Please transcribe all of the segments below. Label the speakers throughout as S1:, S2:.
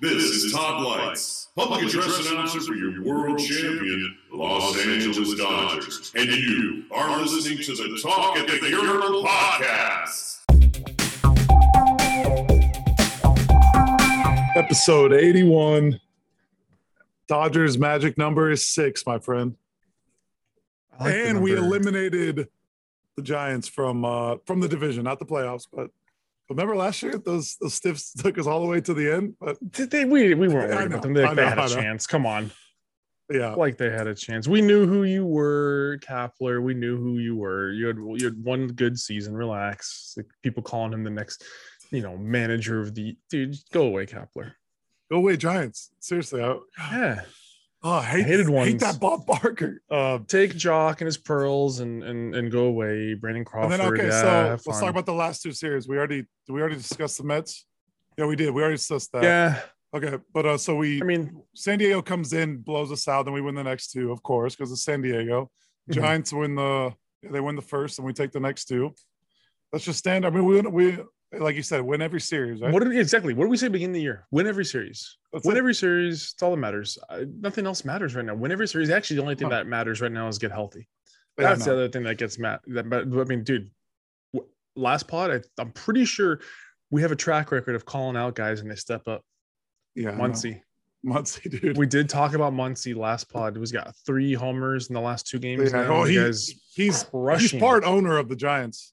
S1: This is Todd Lights, public address announcer for your world champion Los Angeles Dodgers, and you are listening to the Talk at the Hero podcast.
S2: Episode 81. Dodgers magic number is six, my friend.
S3: I like the
S2: and we
S3: number-
S2: eliminated the Giants from uh, from the division, not the playoffs. But remember last year, those those stiffs took us all the way to the end. But
S4: Did They, we we weren't
S2: I
S4: worried
S2: know,
S4: about them. They,
S2: I
S4: they
S2: know,
S4: had
S2: I
S4: a
S2: know.
S4: chance. Come on,
S2: yeah,
S4: like they had a chance. We knew who you were, Kapler. We knew who you were. You had you had one good season. Relax. Like, people calling him the next, you know, manager of the dude. Go away, Kapler.
S2: go away, Giants. Seriously, I,
S4: Yeah,
S2: oh, I hate,
S4: Hated
S2: hate
S4: ones.
S2: that Bob Barker. Uh,
S4: take Jock and his pearls and and and go away, Brandon
S2: and
S4: Crawford.
S2: then okay,
S4: yeah,
S2: so
S4: have
S2: let's talk
S4: fun.
S2: about the last two series. We already did we already discussed the Mets. Yeah, we did. We already discussed that.
S4: yeah.
S2: Okay, but uh, so we
S4: I mean,
S2: San Diego comes in, blows us out, then we win the next two, of course, because it's San Diego.
S4: Mhm.
S2: Giants win the they win the first, and we take the next two. Let's just stand. I mean, we we like you said, win every series, right?
S4: what did exactly? What did we say beginning of the year? Win every series.
S2: That's
S4: Win
S2: it.
S4: every series. It's all that matters. Uh, nothing else matters right now. Win every series. Actually, the only thing
S2: No.
S4: that matters right now is get healthy.
S2: Yeah,
S4: That's
S2: no.
S4: the other thing that gets mad. That, but but, I mean, dude, w- last pod, I, I'm pretty sure we have a track record of calling out guys and they step up.
S2: yeah, I know.
S4: Muncie,
S2: Muncie, dude.
S4: we did talk about Muncie last pod. He's got three homers in the last two games.
S2: Yeah,
S4: now.
S2: oh,
S4: The
S2: he-
S4: guy's
S2: he's he's
S4: crushing.
S2: part owner of the Giants.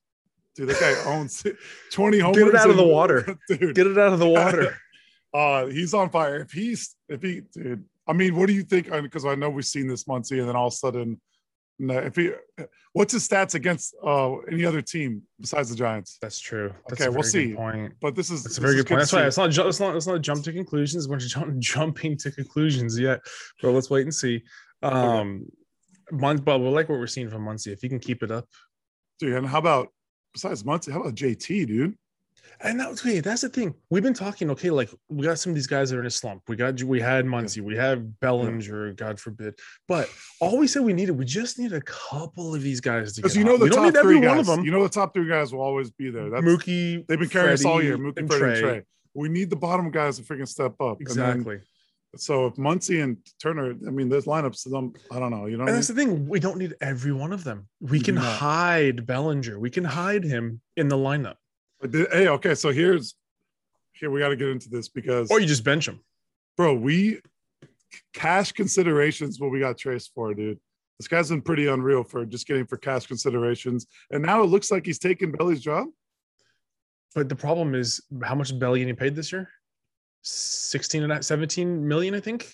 S2: Dude, that guy owns 20 homers.
S4: Get it out of the
S2: and-
S4: water.
S2: dude.
S4: Get it out of the water.
S2: Uh, he's on fire. If he's if he, dude. I mean, what do you think? Because I know we've seen this Muncie, and then all of a sudden, no, if he, what's his stats against uh, any other team besides the Giants?
S4: That's true. That's
S2: Okay,
S4: a
S2: we'll
S4: very
S2: see.
S4: Good point.
S2: But this is
S4: That's a very
S2: this is
S4: good point. That's
S2: to
S4: why
S2: see.
S4: it's not, ju- it's not it's not jump to conclusions. We're ju- jumping to conclusions yet, but let's wait and see. Um, Mun- but we like what we're seeing from Muncie. If he can keep it up,
S2: dude. And how about besides Muncie? How about JT, dude?
S4: And that was okay. That's the thing. We've been talking, okay, like we got some of these guys that are in a slump. We got we had Muncie, we had Bellinger, God forbid. But all we said we needed, we just need a couple of these guys to
S2: Because
S4: get
S2: you
S4: hot.
S2: know the
S4: we don't
S2: top
S4: need
S2: three
S4: every
S2: guys.
S4: one of them.
S2: You know the top three guys will always be there. That's
S4: Mookie,
S2: they've been carrying us all
S4: Freddie,
S2: year. Mookie,
S4: and
S2: Freddie, and Trey. We need the bottom guys to freaking step up. And then-
S4: Exactly.
S2: so if Muncie and Turner, I mean, those lineups, them, I don't know. You know, what I mean?
S4: And that's the thing. We don't need every one of them. We
S2: We
S4: can
S2: do not.
S4: hide Bellinger. We can hide him in the lineup.
S2: But the- hey, okay, so here's here we got to get into this because
S4: Or you just bench him.
S2: bro, we cash considerations what we got traced for, dude. This guy's been pretty unreal for just getting for cash considerations, and now it looks like he's taking Belly's job.
S4: But the problem is how much is Belly getting paid this year? 16 and a- 17 million, I think.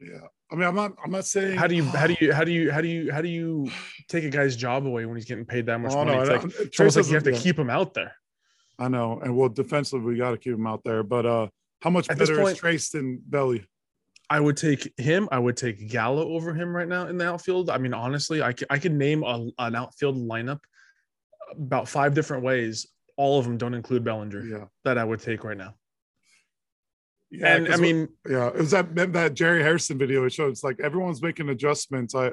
S2: Yeah, I mean, I'm not, I'm not saying
S4: how do you how do you how do you how do you how do you take a guy's job away when he's getting paid that much
S2: Oh,
S4: money?
S2: no,
S4: it's
S2: I-
S4: like,
S2: I-
S4: it's almost like
S2: Trace
S4: you have to
S2: doesn't-
S4: keep him out there.
S2: yeah, I know, and well, defensively, we got to keep him out there, but uh, how much
S4: At this
S2: better
S4: point-
S2: is Trace than Belly?
S4: I would take him. I would take Gallo over him right now in the outfield. I mean, honestly, I c- I could name a, an outfield lineup about five different ways. All of them don't include Bellinger
S2: Yeah,
S4: that I would take right now.
S2: yeah,
S4: and I
S2: 'cause-
S4: mean,
S2: Yeah, it was that that Jerry Harrison video. It showed it's like everyone's making adjustments. I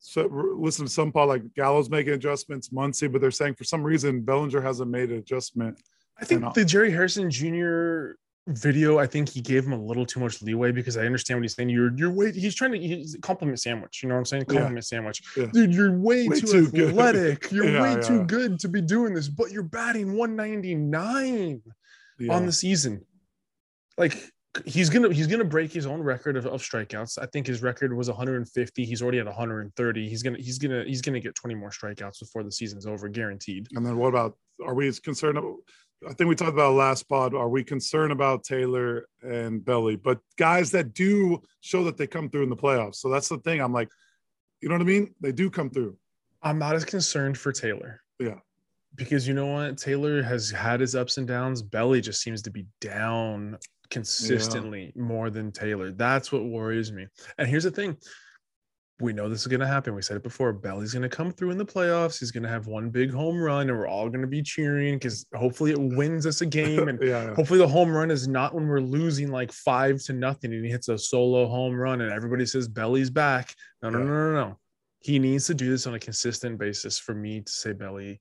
S2: so listen to some pod like Gallo's making adjustments, Muncie, but they're saying for some reason Bellinger hasn't made an adjustment.
S4: I think
S2: I'll-
S4: the Jerry Harrison Jr. video, I think he gave him a little too much leeway because I understand what he's saying. You're you're way he's trying to he's compliment sandwich. You know what I'm saying?
S2: Yeah.
S4: Compliment sandwich.
S2: Yeah.
S4: Dude, you're way,
S2: Way
S4: too,
S2: too good.
S4: athletic. You're
S2: Yeah,
S4: way
S2: yeah.
S4: too good to be doing this, but you're batting 199
S2: Yeah.
S4: on the season. Like he's gonna he's gonna break his own record of, of strikeouts. I think his record was 150. He's already at 130. He's gonna he's gonna he's gonna get 20 more strikeouts before the season's over, guaranteed.
S2: and then what about? Are we as concerned? ab- I think we talked about last pod. Are we concerned about Taylor and Belly? But guys that do show that they come through in the playoffs. So that's the thing. I'm like, you know what I mean? They do come through.
S4: I'm not as concerned for Taylor.
S2: Yeah.
S4: Because you know what? Taylor has had his ups and downs. Belly just seems to be down consistently more than Taylor. That's what worries me. And here's the thing. We know this is going to happen. We said it before. Belly's going to come through in the playoffs. He's going to have one big home run, and we're all going to be cheering because hopefully it wins us a game. And
S2: yeah.
S4: hopefully the home run is not when we're losing like five to nothing and he hits a solo home run and everybody says belly's back no no
S2: Yeah.
S4: no no no he needs to do this on a consistent basis for me to say belly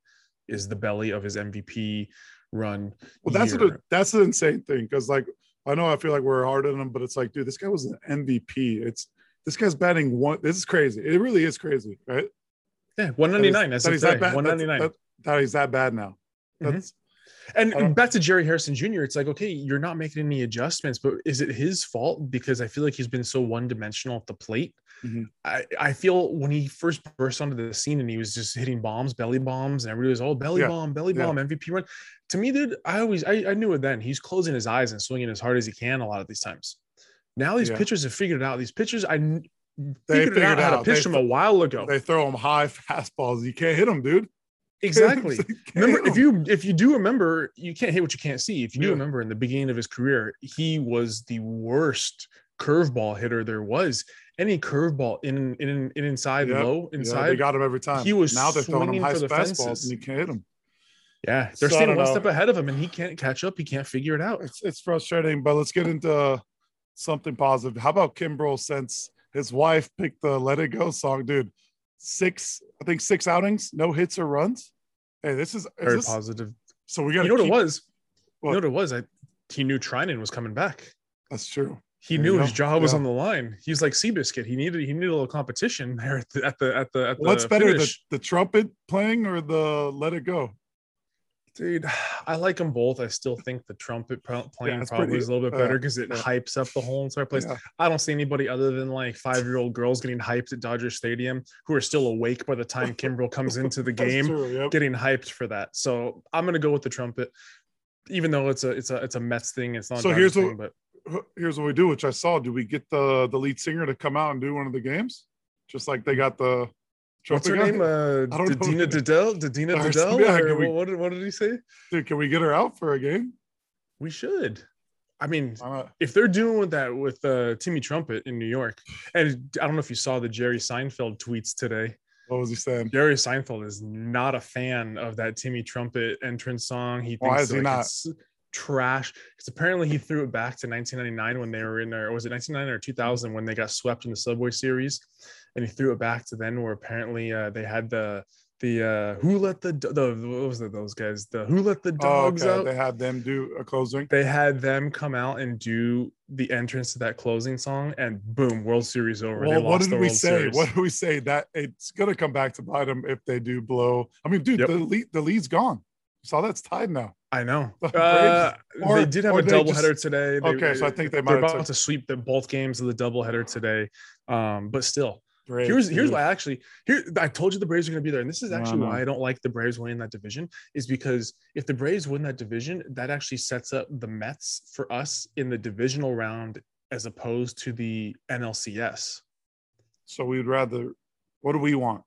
S4: is the belly of his mvp run
S2: Well, that's
S4: year.
S2: what a, that's an insane thing because like I know I feel like we're hard on him, but it's like, dude, this guy was an MVP. It's this guy's batting one. This is crazy. It really is crazy, right?
S4: Yeah, 199. That's
S2: that he's that bad.
S4: One Mm-hmm. ninety
S2: That,
S4: nine.
S2: that he's that bad now. That's I don't-
S4: And back to Jerry Harrison Jr., it's like, okay, you're not making any adjustments, but is it his fault? Because I feel like he's been so one dimensional at the plate.
S2: Mhm.
S4: I, I feel when he first burst onto the scene and he was just hitting bombs, belly bombs, and everybody was, oh, belly
S2: Yeah.
S4: bomb, belly
S2: Yeah.
S4: bomb, MVP run. To me, dude, I always, I, I knew it then. He's closing his eyes and swinging as hard as he can a lot of these times. Now these
S2: Yeah.
S4: pitchers have figured it out. These pitchers, I kn-
S2: They
S4: figured, it
S2: figured
S4: out how
S2: out.
S4: to pitch
S2: They
S4: them
S2: fi-
S4: a while ago.
S2: They throw him high fastballs. You can't hit him, dude.
S4: exactly.
S2: You can't
S4: remember
S2: hit
S4: if you if you do remember you can't hit what you can't see if you do
S2: Yeah.
S4: remember in the beginning of his career he was the worst curveball hitter there was any curveball in in in inside
S2: Yep.
S4: low
S2: Yeah,
S4: inside
S2: they got him every time.
S4: he was
S2: now they're throwing him
S4: swinging
S2: high
S4: for the
S2: fastballs
S4: fences.
S2: and you can't hit him.
S4: yeah they're
S2: So I
S4: standing
S2: don't
S4: one
S2: know.
S4: step ahead of him and he can't catch up he can't figure it out
S2: It's it's frustrating, but let's get into something positive. How about Kimbrel since his wife picked the "Let It Go" song, dude? Six, I think six outings, no hits or runs. Hey, this is, is
S4: very
S2: this-
S4: positive
S2: so we
S4: you
S2: got.
S4: know what it was
S2: What?
S4: you know what it was I, he knew trinan was coming back
S2: That's true.
S4: he
S2: There
S4: knew
S2: you
S4: his
S2: go.
S4: job was
S2: Yeah.
S4: on the line. He's like Seabiscuit. He needed he needed a little competition there at the at the at the, at the
S2: What's better, the,
S4: finish.
S2: the trumpet playing or the "Let It Go"?
S4: Dude, I like them both. I still think the trumpet pro- playing
S2: it's
S4: probably
S2: pretty-
S4: is a little bit
S2: uh,
S4: better because it
S2: yeah.
S4: hypes up the whole entire place.
S2: Yeah.
S4: I don't see anybody other than like five year old girls getting hyped at Dodger Stadium who are still awake by the time Kimbrel comes into the
S2: That's
S4: game,
S2: true, yep.
S4: getting hyped for that. So I'm gonna go with the trumpet, even though it's a it's a it's a Mets thing. It's not.
S2: So
S4: So
S2: here's
S4: here's
S2: what-
S4: thing, but
S2: Here's what we do, which I saw. Do we get the the lead singer to come out and do one of the games, just like they got the
S4: what's her
S2: guy?
S4: name? Uh,
S2: I don't know.
S4: Dina Diddell. Dina
S2: Or
S4: Diddell.
S2: something, yeah,
S4: Or
S2: can we-
S4: what, did- what did he say?
S2: Dude, can we get her out for a game?
S4: We should. I mean,
S2: I'm not-
S4: if they're doing with that with uh, Timmy Trumpet in New York, and I don't know if you saw the Jerry Seinfeld tweets today.
S2: What was he saying?
S4: Jerry Seinfeld is not a fan of that Timmy Trumpet entrance song. He thinks
S2: Why is he
S4: like,
S2: not?
S4: it's trash because apparently he threw it back to 1999 when they were in there. Was it 1999 or 2000 when they got swept in the Subway Series? And he threw it back to then where apparently uh, they had the the uh, who let the, do- the what was it those guys the who let the
S2: Oh,
S4: dogs
S2: okay.
S4: out
S2: They had them do a closing.
S4: they had them come out and do the entrance to that closing song, and boom, World Series over.
S2: Well,
S4: they
S2: what did
S4: lost the
S2: we
S4: World
S2: say?
S4: Series.
S2: What did we say that it's gonna come back to bite them if they do blow? I mean, dude,
S4: Yep.
S2: the lead the lead's gone. So that's tied now.
S4: I know.
S2: The
S4: Uh,
S2: Braves- or-
S4: they did have
S2: or
S4: a
S2: they
S4: doubleheader today. They- uh,
S2: Okay, so I think they might
S4: they're
S2: have
S4: about
S2: took-
S4: to sweep the both games of the doubleheader today. Um, but still,
S2: Great.
S4: here's here's why I actually here I told you the Braves are going to be there, and this is
S2: No,
S4: actually
S2: no.
S4: why I don't like the Braves winning that division is because if the Braves win that division, that actually sets up the Mets for us in the divisional round as opposed to the NLCS.
S2: So we'd rather. What do we want?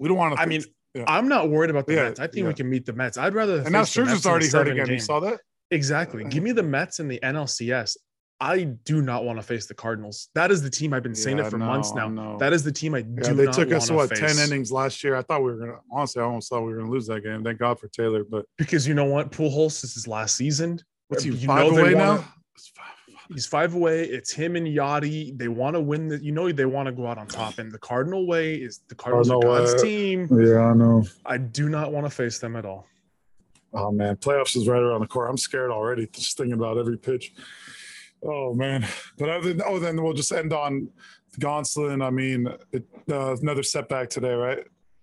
S2: We don't want to.
S4: I mean,
S2: Yeah.
S4: I'm not worried about the
S2: Yeah,
S4: Mets. I think
S2: yeah.
S4: we can meet the Mets. I'd rather.
S2: and now
S4: face the Mets
S2: Scherzer's
S4: in a
S2: already hurt
S4: seven
S2: again.
S4: game.
S2: You saw that?
S4: Exactly. Give me the Mets and the NLCS. I do not want to face the Cardinals. That is the team I've been saying
S2: Yeah,
S4: it for months
S2: no,
S4: now.
S2: no.
S4: That is the team I
S2: Yeah,
S4: do
S2: they
S4: not
S2: took us
S4: want
S2: what
S4: to face.
S2: ten innings last year. I thought we were gonna. Honestly, I almost thought we were gonna lose that game. Thank God for Taylor. But
S4: Because you know what? Pujols this is his last season.
S2: what's he
S4: Uh, You
S2: five
S4: know they
S2: away
S4: wanna-
S2: now? It's five-
S4: He's five away. It's him and Yachty. They want to win. The, you know they want to go out on top. And the Cardinal way is the Cardinals are
S2: Cardinal
S4: God's
S2: way.
S4: team.
S2: Yeah, I know.
S4: I do not want to face them at all.
S2: Oh man, playoffs is right around the corner. I'm scared already just thinking about every pitch. Oh man, but other than, oh, then we'll just end on Gonsolin. I mean, it, uh, another setback today, right?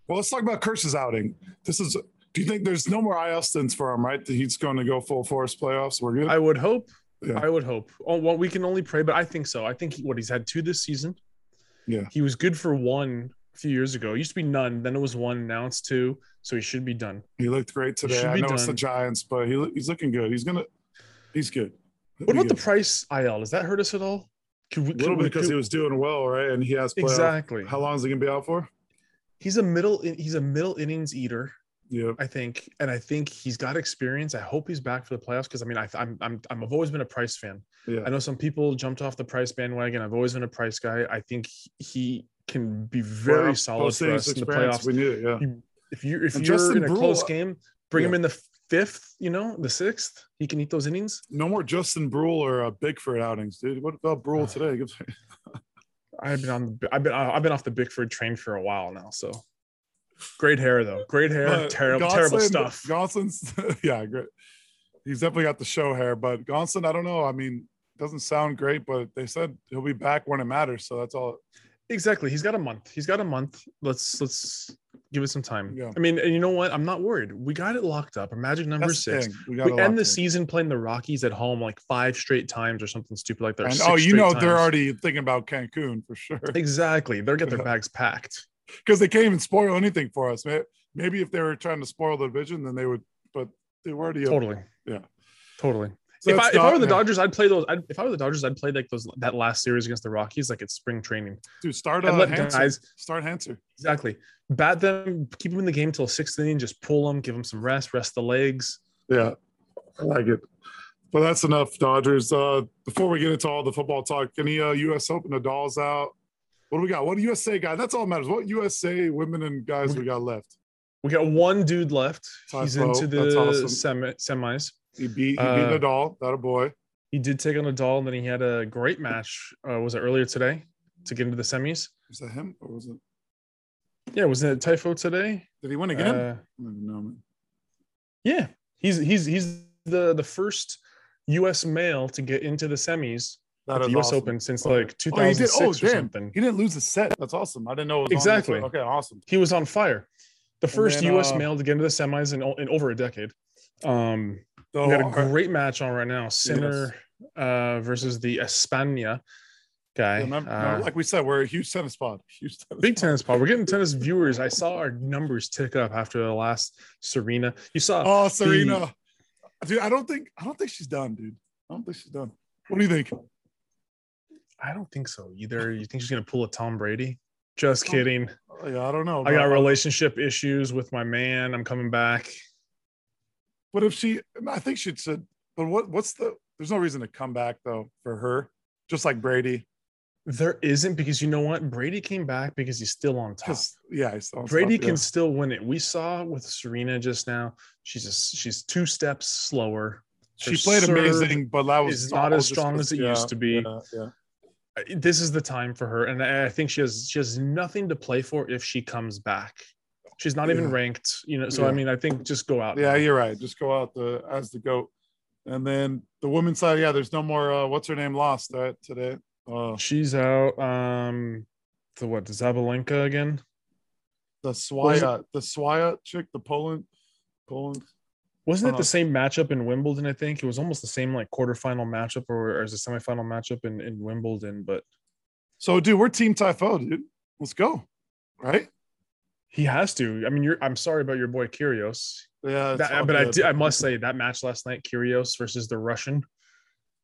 S2: Well, let's talk about Kirsch's outing. This is. Do you think there's no more IL stints for him, right? That he's going to go full force playoffs. We're good.
S4: I would hope.
S2: Yeah.
S4: I would hope. Oh, well, we can only pray, but I think so. I think he, what he's had two this season.
S2: Yeah.
S4: He was good for one a few years ago. It used to be none. Then it was one. Now it's two. So he should be done.
S2: he looked great today.
S4: should
S2: I
S4: be
S2: know it's the
S4: done.
S2: Giants, but he, he's looking good. He's gonna. He's good. He'll
S4: What
S2: be
S4: about the
S2: good.
S4: price IL? Does that hurt us at all? Can we,
S2: A little
S4: can we-
S2: bit because he
S4: can-
S2: was doing well, right? And he has playoff.
S4: exactly.
S2: How long is he gonna be out for?
S4: He's a middle. He's a middle innings eater.
S2: Yep.
S4: I think, and I think he's got experience. I hope he's back for the playoffs because I mean, I, I'm, I'm, I'm, I've always been a Price fan.
S2: Yeah.
S4: I know some people jumped off the Price bandwagon. I've always been a Price guy. I think he can be very
S2: Playoff-
S4: solid for
S2: postseason
S4: us in the
S2: experience,
S4: playoffs.
S2: We need it. Yeah.
S4: If you, if
S2: And
S4: you're
S2: Justin
S4: in a close
S2: Brewer-
S4: game, bring him
S2: Yeah.
S4: in the fifth. You know, the sixth. He can eat those innings.
S2: No more Justin Brule or uh, Bigford outings, dude. What about
S4: Ah,
S2: Brule today? Gives-
S4: I've been on. the- I've been. I've been off the Bickford train for a while now. So, great hair though. Great hair.
S2: But
S4: terrible. terrible
S2: Gonsolin-
S4: stuff.
S2: Gonsolin's, yeah, great. He's definitely got the show hair, but Gonsolin, I don't know. I mean, doesn't sound great, but they said he'll be back when it matters. So that's all.
S4: Exactly. He's got a month. He's got a month. Let's let's give it some time.
S2: Yeah.
S4: I mean, and you know what? I'm not worried. We got it locked up. Magic number
S2: That's the
S4: six.
S2: thing. We,
S4: We
S2: gotta
S4: end
S2: lock
S4: the
S2: in.
S4: season playing the Rockies at home like five straight times or something stupid like that. or
S2: And,
S4: six
S2: oh, you
S4: straight
S2: know they're
S4: times.
S2: already thinking about Cancun for sure
S4: exactly. They'll get their bags packed.
S2: because they can't even spoil anything for us. May- Maybe if they were trying to spoil the division, then they would. But they were already.
S4: Totally.
S2: Yeah.
S4: Totally.
S2: So
S4: if, I,
S2: it's
S4: if I
S2: not-
S4: were the
S2: yeah.
S4: Dodgers, I'd play those. I'd, if I were the Dodgers, I'd play like those that last series against the Rockies, like it's spring training.
S2: dude, start
S4: And
S2: uh,
S4: let
S2: Hanser.
S4: guys
S2: Start Hanser.
S4: exactly bat them, keep them in the game till sixth inning, just pull them, give them some rest, rest the legs.
S2: Yeah, I like it. But that's enough, Dodgers. Uh, before we get into all the football talk, any uh, U.S. Open Nadal's out? What do we got? What do USA got? That's all that matters. What USA women and guys we got left?
S4: We got one dude left. He's
S2: Typo.
S4: into
S2: That's
S4: the
S2: awesome.
S4: semi, semis.
S2: He beat, he beat
S4: Uh,
S2: Nadal. That a boy.
S4: He did take on Nadal, and then he had a great match. Uh, was it earlier today to get into the semis?
S2: Was that him or was it?
S4: Yeah, wasn't it Typho today?
S2: Did he win again?
S4: Uh,
S2: I don't even know, man.
S4: yeah, he's he's he's the the first U.S. male to get into the semis
S2: That
S4: at the
S2: is
S4: U.S.
S2: awesome.
S4: Open since
S2: Okay.
S4: like
S2: Oh, he did.
S4: 2006
S2: Oh,
S4: or
S2: damn.
S4: something.
S2: He didn't lose a set. That's awesome. I didn't know. It was on the
S4: Exactly.
S2: set. okay, awesome.
S4: He was on fire. The first
S2: then,
S4: U.S.
S2: uh,
S4: male to get into the semis in, o- in over a decade. Um,
S2: So,
S4: we got
S2: are-
S4: a great match on right now. Sinner uh, versus the Espana guy.
S2: remember-
S4: Uh,
S2: like we said, we're a huge tennis pod. Huge tennis
S4: Big
S2: pod.
S4: tennis pod. We're getting tennis viewers. I saw our numbers tick up after the last Serena. You saw
S2: Oh, Serena, dude, I don't think I don't think she's done, dude. I don't think she's done. What do you think?
S4: I don't think so either. You think she's gonna pull a Tom Brady? Just kidding.
S2: Oh, Yeah, I don't know.
S4: I got
S2: bro.
S4: relationship issues with my man. I'm coming back.
S2: But if she, I think she said. But what? What's the? There's no reason to come back though for her. Just like Brady,
S4: There isn't because you know what? Brady came back because he's still on top.
S2: because yeah, he's on
S4: Brady
S2: top,
S4: can
S2: yeah.
S4: still win it. We saw with Serena just now. She's just, she's two steps slower.
S2: She played
S4: serve
S2: amazing, but that was
S4: is not
S2: all
S4: as
S2: just
S4: strong
S2: 'cause-
S4: as it
S2: yeah,
S4: used to be.
S2: Yeah, yeah.
S4: I- This is the time for her, and I I think she has she has nothing to play for if she comes back. She's not even
S2: Yeah.
S4: ranked, you know. So I
S2: Yeah.
S4: mean, I think just go out.
S2: Yeah,
S4: now.
S2: you're right. Just go out the as the goat, and then the women's side. Yeah, there's no more. Uh, what's her name? Lost right, today. Uh,
S4: she's out. Um, to what Zabalenka again?
S2: the
S4: was it?
S2: Swaya, the Swaya chick, the Poland, Poland.
S4: Wasn't it
S2: Uh-huh.
S4: the same matchup in Wimbledon? I think it was almost the same like quarterfinal matchup or, or is it semifinal matchup in, in Wimbledon, but
S2: So, dude, we're Team Typho, dude. Let's go. Right?
S4: he has to. I mean, you're I'm sorry about your boy Kyrgios.
S2: Yeah. it's
S4: That-
S2: all
S4: but I,
S2: good.
S4: did, I must say that match last night, Kyrgios versus the Russian,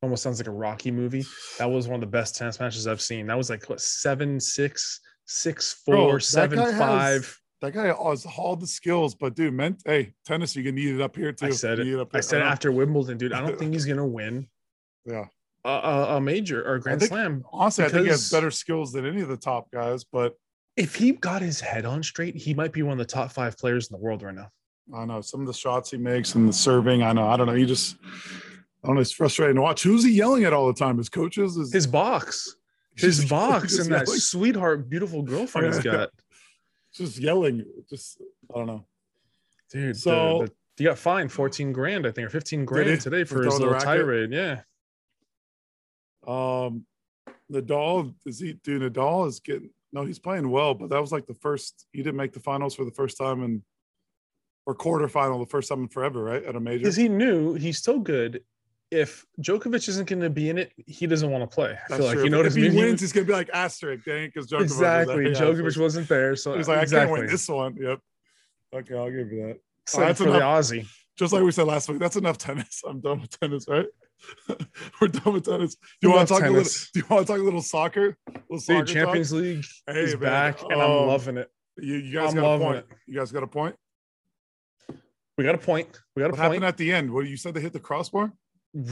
S4: almost sounds like a Rocky movie. That was one of the best tennis matches I've seen. That was like what seven six, six
S2: Bro,
S4: four,
S2: that
S4: seven
S2: guy has-
S4: five.
S2: That guy has all the skills, but dude, man, hey, tennis, you can need it up here too.
S4: I said
S2: You
S4: it.
S2: need up
S4: I
S2: here.
S4: said
S2: know.
S4: after Wimbledon, dude, I don't think he's gonna win
S2: Uh-huh. Yeah.
S4: a, a, a major or a Grand
S2: think-
S4: Slam.
S2: Honestly, I think he has
S4: Because-
S2: better skills than any of the top guys, but
S4: If he got his head on straight, he might be one of the top five players in the world right now.
S2: I don't know some of the shots he makes and the serving. I know. I don't know. He just, I don't know. It's frustrating to watch. Who's he yelling at all the time? His coaches? His,
S4: His box, his
S2: he's
S4: box,
S2: just
S4: and that
S2: yelling.
S4: sweetheart, beautiful girlfriend he's
S2: Yeah.
S4: got.
S2: just yelling. Just I don't know.
S4: Dude, the-
S2: So-
S4: the- he got fined 14 grand, I think, or 15 grand
S2: he?
S4: today
S2: For
S4: for his
S2: throwing the
S4: little
S2: racket?
S4: tirade. Yeah.
S2: Um, Nadal is he? Dude, Nadal is getting no. He's playing well, but that was like the first. He didn't make the finals for the first time in or quarterfinal, the first time in forever, right? At a major.
S4: Because he knew he's so good. If Djokovic isn't going to be in it, he doesn't want to play. I
S2: That's
S4: feel like,
S2: true.
S4: you know what I
S2: if he
S4: mean? He
S2: wins,
S4: was-
S2: he's gonna be like asterisk, dang, because Djokovic was there.
S4: exactly.
S2: Yeah,
S4: Djokovic
S2: so
S4: wasn't there. So
S2: He was like, I
S4: exactly.
S2: can't win this one. Yep. Okay, I'll give you that.
S4: Except
S2: That's
S4: for the Aussie.
S2: Just like we said last week, that's enough tennis. I'm done with tennis, right? We're done with tennis. Do you want
S4: Enough
S2: to talk a little?
S4: tennis.
S2: Do you want to talk a little soccer? A little soccer
S4: Dude,
S2: talk?
S4: Champions League
S2: Hey,
S4: is
S2: man,
S4: back, and I'm
S2: um,
S4: loving it.
S2: You, you guys
S4: I'm
S2: got a
S4: loving
S2: point. You guys got a point.
S4: We got a point. We got a
S2: What
S4: point.
S2: happened at the end? What you said they hit the crossbar?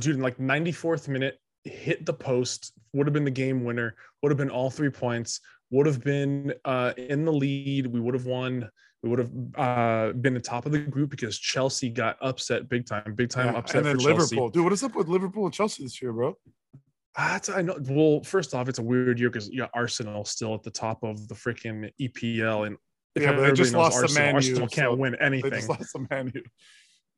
S4: dude, in like 94th minute, hit the post, would have been the game winner, would have been all three points, would have been uh, in the lead. We would have won. We would have uh, been the top of the group because Chelsea got upset big time, big time
S2: Yeah,
S4: upset
S2: and then
S4: for
S2: Liverpool.
S4: Chelsea.
S2: Dude, what is up with Liverpool and Chelsea this year, bro?
S4: That's, I know. Well, first off, it's a weird year because you got Arsenal still at the top of the freaking EPL, and if
S2: Yeah, but they
S4: everybody
S2: just
S4: knows
S2: lost to
S4: Arsenal,
S2: Man U,
S4: Arsenal can't
S2: so
S4: win
S2: They
S4: anything.
S2: just lost to Man U.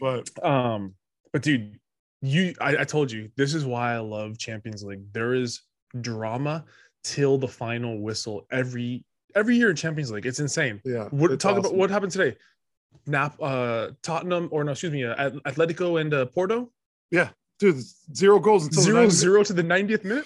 S2: But
S4: Um, but dude, you I, I told you this is why I love Champions League. There is drama till the final whistle every every year in Champions League. It's insane.
S2: Yeah.
S4: What
S2: it's
S4: talk about
S2: awesome.
S4: what happened today? Nap uh Tottenham or no, excuse me, uh, At- Atletico and uh, Porto
S2: Dude, zero goals until the
S4: zero
S2: ninth-
S4: zero to the 90th minute.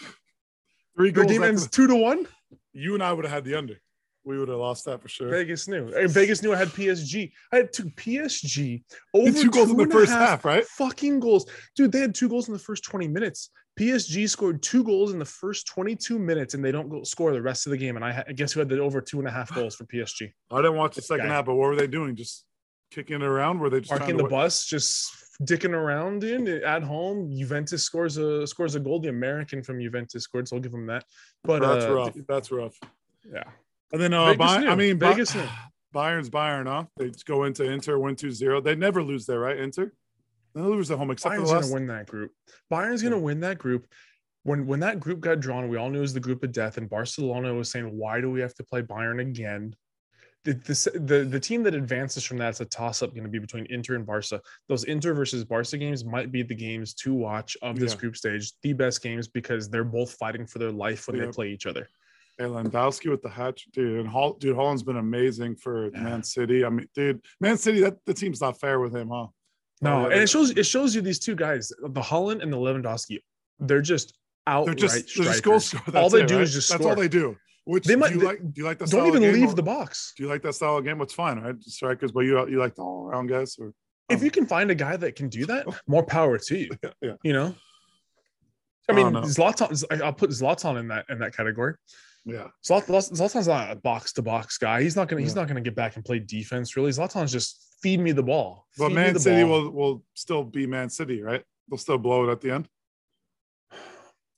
S2: Three
S4: Their
S2: goals.
S4: game
S2: after
S4: ends
S2: the-
S4: two to one.
S2: you and I would have had the under. We would have lost that for sure.
S4: Vegas knew. Hey, Vegas knew I had PSG. I had two PSG over
S2: two goals in the
S4: and a
S2: first half, right?
S4: Fucking goals, dude. They had two goals in the first twenty minutes. PSG scored two goals in the first twenty-two minutes, and they don't go score the rest of the game. And I ha- guess who had the over two and a half goals for PSG?
S2: I didn't watch the
S4: This
S2: second
S4: guy.
S2: half, but what were they doing? Just kicking it around? Were they just trying
S4: Parking
S2: to
S4: the
S2: wa-
S4: bus, just dicking around in at home. Juventus scores a scores a goal. The American from Juventus scored, so I'll give him that. But
S2: That's
S4: uh,
S2: rough. That's rough.
S4: Yeah,
S2: And then uh,
S4: Vegas
S2: Bayern,
S4: knew.
S2: I mean, Bi-
S4: Vegas knew.
S2: Bayern's Bayern, huh? They just go into Inter, win 2-0. They never lose there, right? Inter, they never lose at home except
S4: Bayern's
S2: for the
S4: gonna
S2: last.
S4: win that group. Bayern's gonna win that group. When when that group got drawn, we all knew it was the group of death, and Barcelona was saying, "Why do we have to play Bayern again?" The the the, the team that advances from that's a toss up going to be between Inter and Barca. Those Inter versus Barca games might be the games to watch of this
S2: Yeah.
S4: group stage, the best games because they're both fighting for their life when
S2: Yeah.
S4: they play each other.
S2: Oh, Hey, Lewandowski with the hat, trick, dude. And Hall, dude, Holland's been amazing for
S4: Yeah.
S2: Man City. I mean, dude, Man City, that the team's not fair with him, huh?
S4: No,
S2: Yeah,
S4: and
S2: they-
S4: it shows it shows you these two guys, the Holland and the Lewandowski. They're just outright
S2: They're just they're just goal
S4: Oh, strikers.
S2: scorers.
S4: All
S2: That's
S4: they
S2: it,
S4: do
S2: right?
S4: is just
S2: that's
S4: score.
S2: all they do. Which
S4: They might-
S2: do you
S4: they-
S2: like? Do you like that? style
S4: Don't
S2: of
S4: even
S2: game,
S4: leave
S2: or-
S4: the box.
S2: Do you like that style of game? What's fine, right? Strikers, but you you like the all around guys, or Um,
S4: if you can find a guy that can do that, more power to you.
S2: yeah.
S4: You know, I
S2: I
S4: mean,
S2: don't know.
S4: Zlatan. Z- I'll put Zlatan in that in that category.
S2: yeah,
S4: Zlat- Zlat- Zlatan's not a box to box guy. He's not gonna. He's
S2: Yeah.
S4: not gonna get back and play defense. Really, Zlatan's just feed me the ball.
S2: but
S4: Feed me
S2: Man
S4: the
S2: City
S4: ball."
S2: will will still be Man City, right? They'll still blow it at the end.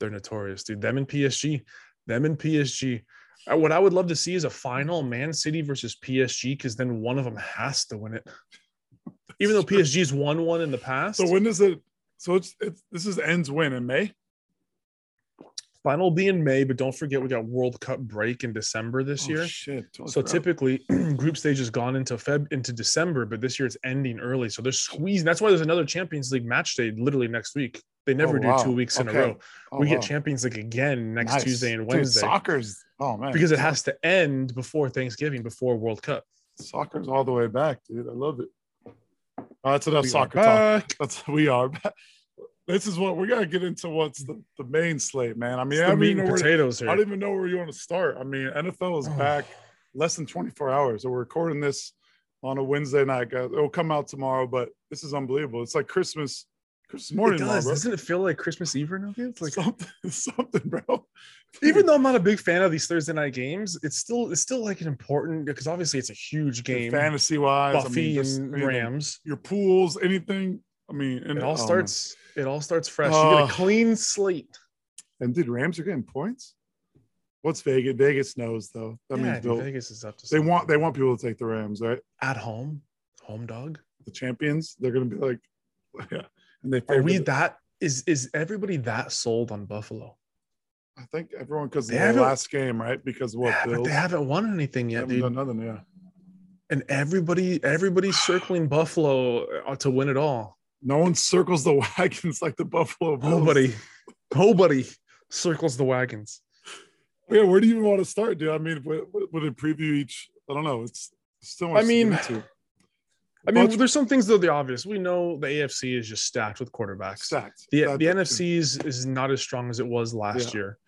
S4: They're notorious, dude. Them and PSG. Them and PSG. Uh, What I would love to see is a final Man City versus PSG because then one of them has to win it. Even though PSG's won one in the past,
S2: So when does it? So it's, it's this is ends win in May.
S4: final will be in May, but don't forget we got World Cup break in December this
S2: Oh,
S4: year.
S2: shit. Totally
S4: So
S2: forgot.
S4: typically, group stage has gone into Feb into December, but this year it's ending early. So they're squeezing. That's why there's another Champions League match day literally next week. They never
S2: Oh,
S4: do
S2: wow.
S4: two weeks in
S2: Okay.
S4: a row.
S2: Oh,
S4: we get
S2: wow.
S4: Champions League again next
S2: Nice.
S4: Tuesday and
S2: Dude,
S4: Wednesday
S2: soccer's oh man,
S4: because it has to end before Thanksgiving, before World Cup.
S2: soccer's all the way back, dude. I love it. Uh, that's enough
S4: We are
S2: soccer talk.
S4: back.
S2: That's we are. back. This is what we gotta get into. What's the, the main slate, man? I mean,
S4: It's
S2: I
S4: the
S2: don't
S4: meat
S2: even
S4: and
S2: know where
S4: potatoes
S2: I
S4: here.
S2: don't even know where you want to start. I mean, NFL is
S4: Oh.
S2: back less than 24 hours. So we're recording this on a Wednesday night, guys. It'll come out tomorrow, but this is unbelievable. It's like Christmas, Christmas
S4: It
S2: morning, tomorrow,
S4: does.
S2: bro.
S4: Doesn't it feel like Christmas Eve right now? dude? It's like
S2: something, something, bro.
S4: even though I'm not a big fan of these Thursday night games, it's still it's still like an important because obviously it's a huge game.
S2: fantasy wise,
S4: Buffy
S2: I mean, just
S4: and
S2: anything.
S4: Rams.
S2: your pools, anything. I mean, and
S4: It all
S2: oh, man.
S4: starts. It all starts fresh. you
S2: Ugh.
S4: get a clean slate.
S2: And did Rams are getting points? What's Vegas? Vegas knows though. That
S4: yeah,
S2: means
S4: dude,
S2: they'll-
S4: Vegas is up to.
S2: they want
S4: something.
S2: they want people to take the Rams, right?
S4: at home, home dog.
S2: The champions. They're gonna be like, yeah. And they
S4: Are
S2: favor
S4: we
S2: the-
S4: that? Is is everybody that sold on Buffalo?
S2: I think everyone because
S4: They
S2: their
S4: haven't-
S2: last game, right? Because what
S4: Yeah, but
S2: Bills
S4: they haven't won anything yet,
S2: haven't
S4: dude.
S2: done nothing. Yeah.
S4: and everybody everybody's circling Buffalo uh, to win it all.
S2: No one circles the wagons like the Buffalo Bills.
S4: Nobody, nobody circles the wagons.
S2: Yeah, where do you even want to start, dude? I mean, would, would it preview each? I don't know. It's still. much
S4: I
S2: to
S4: mean,
S2: get into.
S4: I mean,
S2: Bunch-
S4: there's some things though. The obvious, we know the AFC is just stacked with quarterbacks.
S2: stacked.
S4: The
S2: That-
S4: the NFC is, is not as strong as it was last year.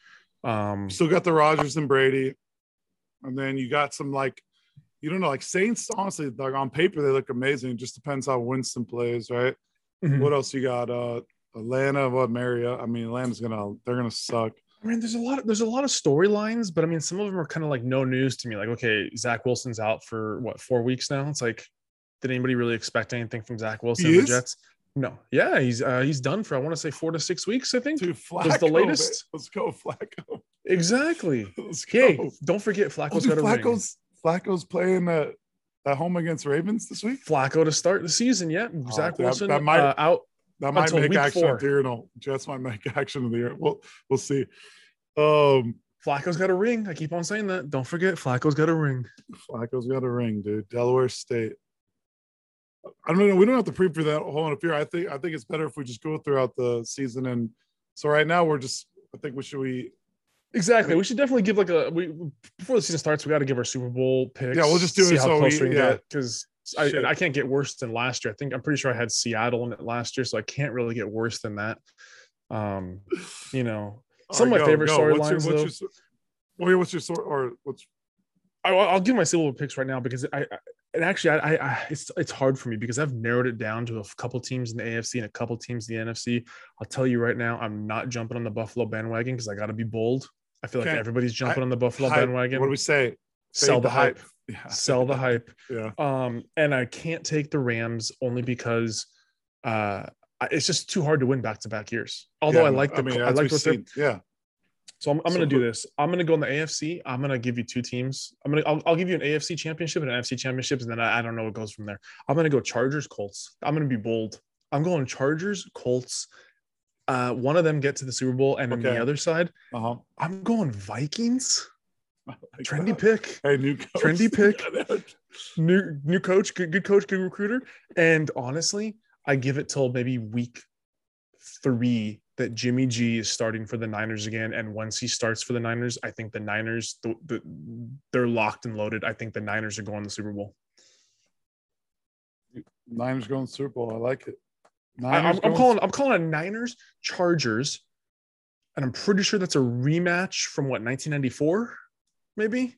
S4: Um,
S2: still got the Rogers and Brady, and then you got some like, you don't know, like Saints. Honestly, like on paper they look amazing. It just depends how Winston plays, right?
S4: mhm.
S2: What else you got? Uh, Atlanta, what Marriott? I mean, Atlanta's gonna they're gonna suck.
S4: I mean, there's a lot. Of, there's a lot of storylines, but I mean, some of them are kind of like no news to me. Like, okay, Zach Wilson's out for what four weeks now. It's like, did anybody really expect anything from Zach Wilson?
S2: He
S4: and the
S2: is?
S4: Jets? No. Yeah, he's uh, he's done for I want to say four to six weeks. I think
S2: Dude, Flacco,
S4: the
S2: man.
S4: latest?
S2: Let's go, Flacco.
S4: exactly.
S2: Let's go.
S4: Hey, don't forget
S2: Oh,
S4: Flacco's
S2: dude,
S4: got a ring.
S2: Oh. Flacco's Flacco's playing uh, at home against Ravens this week.
S4: Flacco to start the season. Yeah, Zach
S2: Oh, that-
S4: Wilson
S2: that might-
S4: uh, out.
S2: That might
S4: Until
S2: make
S4: week
S2: action
S4: four.
S2: appearantal. Jets might make action of the year. We'll we'll see. Um,
S4: Flacco's got a ring. I keep on saying that. Don't forget Flacco's got a ring.
S2: Flacco's got a ring, dude. Delaware State. I don't know. We don't have to pre for that whole interfere. I think I think it's better if we just go throughout the season. And so right now we're just. I think we should we.
S4: Exactly. We should definitely give like a we before the season starts. We got to give our Super Bowl picks.
S2: Yeah, we'll just do
S4: see
S2: it
S4: how
S2: so
S4: close
S2: we-
S4: we can
S2: yeah.
S4: get because I,
S2: Shit.
S4: I can't get worse than last year. I think I'm pretty sure I had Seattle in it last year, so I can't really get worse than that. Um, you know, Some of my
S2: All
S4: favorite
S2: What's your-
S4: storylines,
S2: what's
S4: though-
S2: your so- Well, yeah, what's your sort or what's
S4: I, I'll I'll give my Super Bowl picks right now because I, I and actually I, I, I it's it's hard for me because I've narrowed it down to a couple teams in the AFC and a couple teams in the NFC. I'll tell you right now, I'm not jumping on the Buffalo bandwagon because I got to be bold. I feel like
S2: Okay.
S4: everybody's jumping on the Buffalo
S2: hype?
S4: bandwagon.
S2: What do we say?
S4: Sell
S2: Fade
S4: the hype.
S2: Yeah.
S4: Sell the hype.
S2: Yeah.
S4: Um, and I can't take the Rams only because uh, I- it's just too hard to win back to back years. Although
S2: Yeah,
S4: I like the I
S2: as
S4: like
S2: we've
S4: what they're
S2: seen, yeah.
S4: so I'm, I'm
S2: So
S4: going to do
S2: who-
S4: this. I'm going to go in the AFC. I'm going to give you two teams. I'm going to I'll, I'll give you an AFC championship and an NFC championship, and then I, I don't know what goes from there. I'm going to go Chargers Colts. I'm going to be bold. I'm going Chargers Colts. Uh, one of them get to the Super Bowl, and on
S2: Okay.
S4: the other side,
S2: Uh
S4: I'm going Vikings.
S2: huh. Uh,
S4: Trendy pick,
S2: Hey, new coach.
S4: Trendy pick.
S2: Yeah, that-
S4: new new coach, good, good coach, good recruiter. And honestly, I give it till maybe week three that Jimmy G is starting for the Niners again. And once he starts for the Niners, I think the Niners the, the, they're locked and loaded. I think the Niners are going to the Super Bowl.
S2: Niners going Super Bowl. I like it.
S4: I, am
S2: Niners going-
S4: calling I'm calling a Niners Chargers, and I'm pretty sure that's a rematch from what 1994, maybe.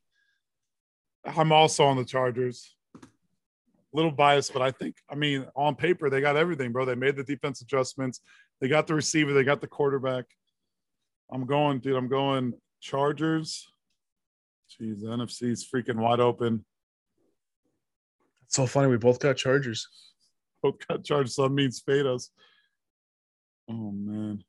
S2: I'm also on the Chargers. A little biased, but I think I mean on paper they got everything, bro. They made the defense adjustments. They got the receiver. They got the quarterback. I'm going, dude. I'm going Chargers. Jeez, the NFC is freaking wide open.
S4: It's so funny. We both got Chargers.
S2: Both got Chargers. So that means fade us. Oh man.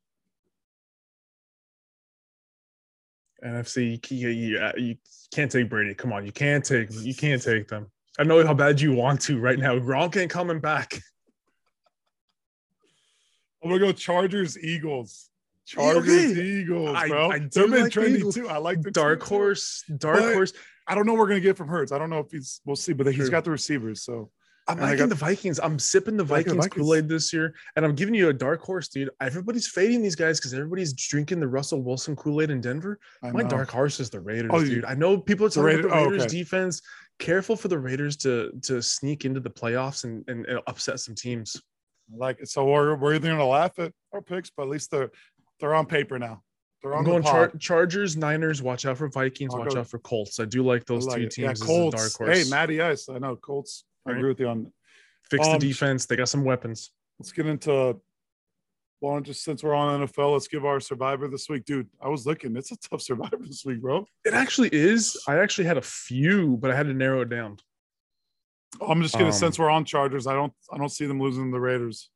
S4: NFC, you, c- you, you, you can't take Brady. Come on, you can't take you can't take them. I know how bad you want to right now. Gronk ain't coming back.
S2: I'm gonna go Chargers Eagles. Chargers Eagles,
S4: I-
S2: bro.
S4: I do
S2: They've been
S4: like the
S2: trendy
S4: Eagles.
S2: too. I like the
S4: Dark
S2: team, too.
S4: horse, dark
S2: But-
S4: horse.
S2: I don't know what we're gonna get from Hurts. I don't know if he's. We'll see, but he's
S4: True.
S2: got the receivers, so
S4: I'm
S2: and I
S4: liking
S2: got-
S4: the Vikings. I'm sipping the
S2: like the
S4: Vikings,
S2: Vikings.
S4: Kool Aid this year, and I'm giving you a dark horse, dude. Everybody's fading these guys because everybody's drinking the Russell Wilson Kool Aid in Denver.
S2: I
S4: My
S2: know.
S4: dark horse is the Raiders,
S2: Oh, you-
S4: dude. I know people are
S2: The
S4: talking
S2: Raider-
S4: about
S2: oh,
S4: the Raiders
S2: okay.
S4: defense. Careful for the Raiders to to sneak into the playoffs and, and, and upset some teams.
S2: I Like so, we're we're either gonna laugh at our picks, but at least they're they're on paper now. They're on
S4: I'm
S2: the
S4: going
S2: pod.
S4: Char- Chargers, Niners. Watch out for Vikings.
S2: I'll
S4: watch
S2: go-
S4: out for Colts. I do like
S2: I
S4: those
S2: like
S4: two
S2: it.
S4: teams. as a dark
S2: Colts.
S4: horse.
S2: Hey, Matty Ice. I know Colts. I
S4: Right.
S2: agree with you on.
S4: Fix
S2: um,
S4: the defense. They got some weapons.
S2: Let's get into. Well, just since we're on NFL, let's give our survivor this week, dude. I was looking. It's a tough survivor this week, bro.
S4: It actually is. I actually had a few, but I had to narrow it down.
S2: I'm just gonna
S4: Um,
S2: since we're on Chargers, I don't I don't see them losing to the Raiders.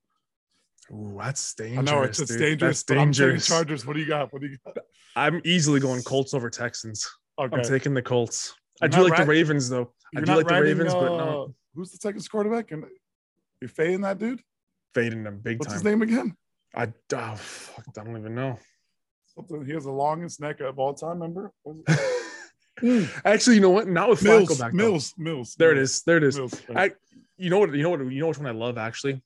S4: Ooh, that's
S2: I
S4: dangerous.
S2: know it's, it's
S4: dude.
S2: dangerous.
S4: That's
S2: but I'm taking
S4: dangerous.
S2: Chargers. What do you got? What do you got?
S4: I'm easily going Colts over Texans.
S2: Okay.
S4: I'm taking the Colts.
S2: You're
S4: I do
S2: not
S4: like
S2: ri-
S4: the Ravens though. I
S2: You're
S4: do
S2: not
S4: like the
S2: riding,
S4: Ravens, but
S2: uh,
S4: no,
S2: who's the Texans quarterback? And you're fading that dude?
S4: fading them big
S2: What's
S4: time.
S2: his name again?
S4: I oh, fuck, I don't even know.
S2: Something. He has the longest neck of all time. Remember? What was
S4: actually, you know what? Not with
S2: it? Hmm. Mills.
S4: Flacco back. though.
S2: Mills. Mills.
S4: There it
S2: Mills,
S4: is. There it is.
S2: Mills.
S4: I, you know what, you know what, you know which one I love actually.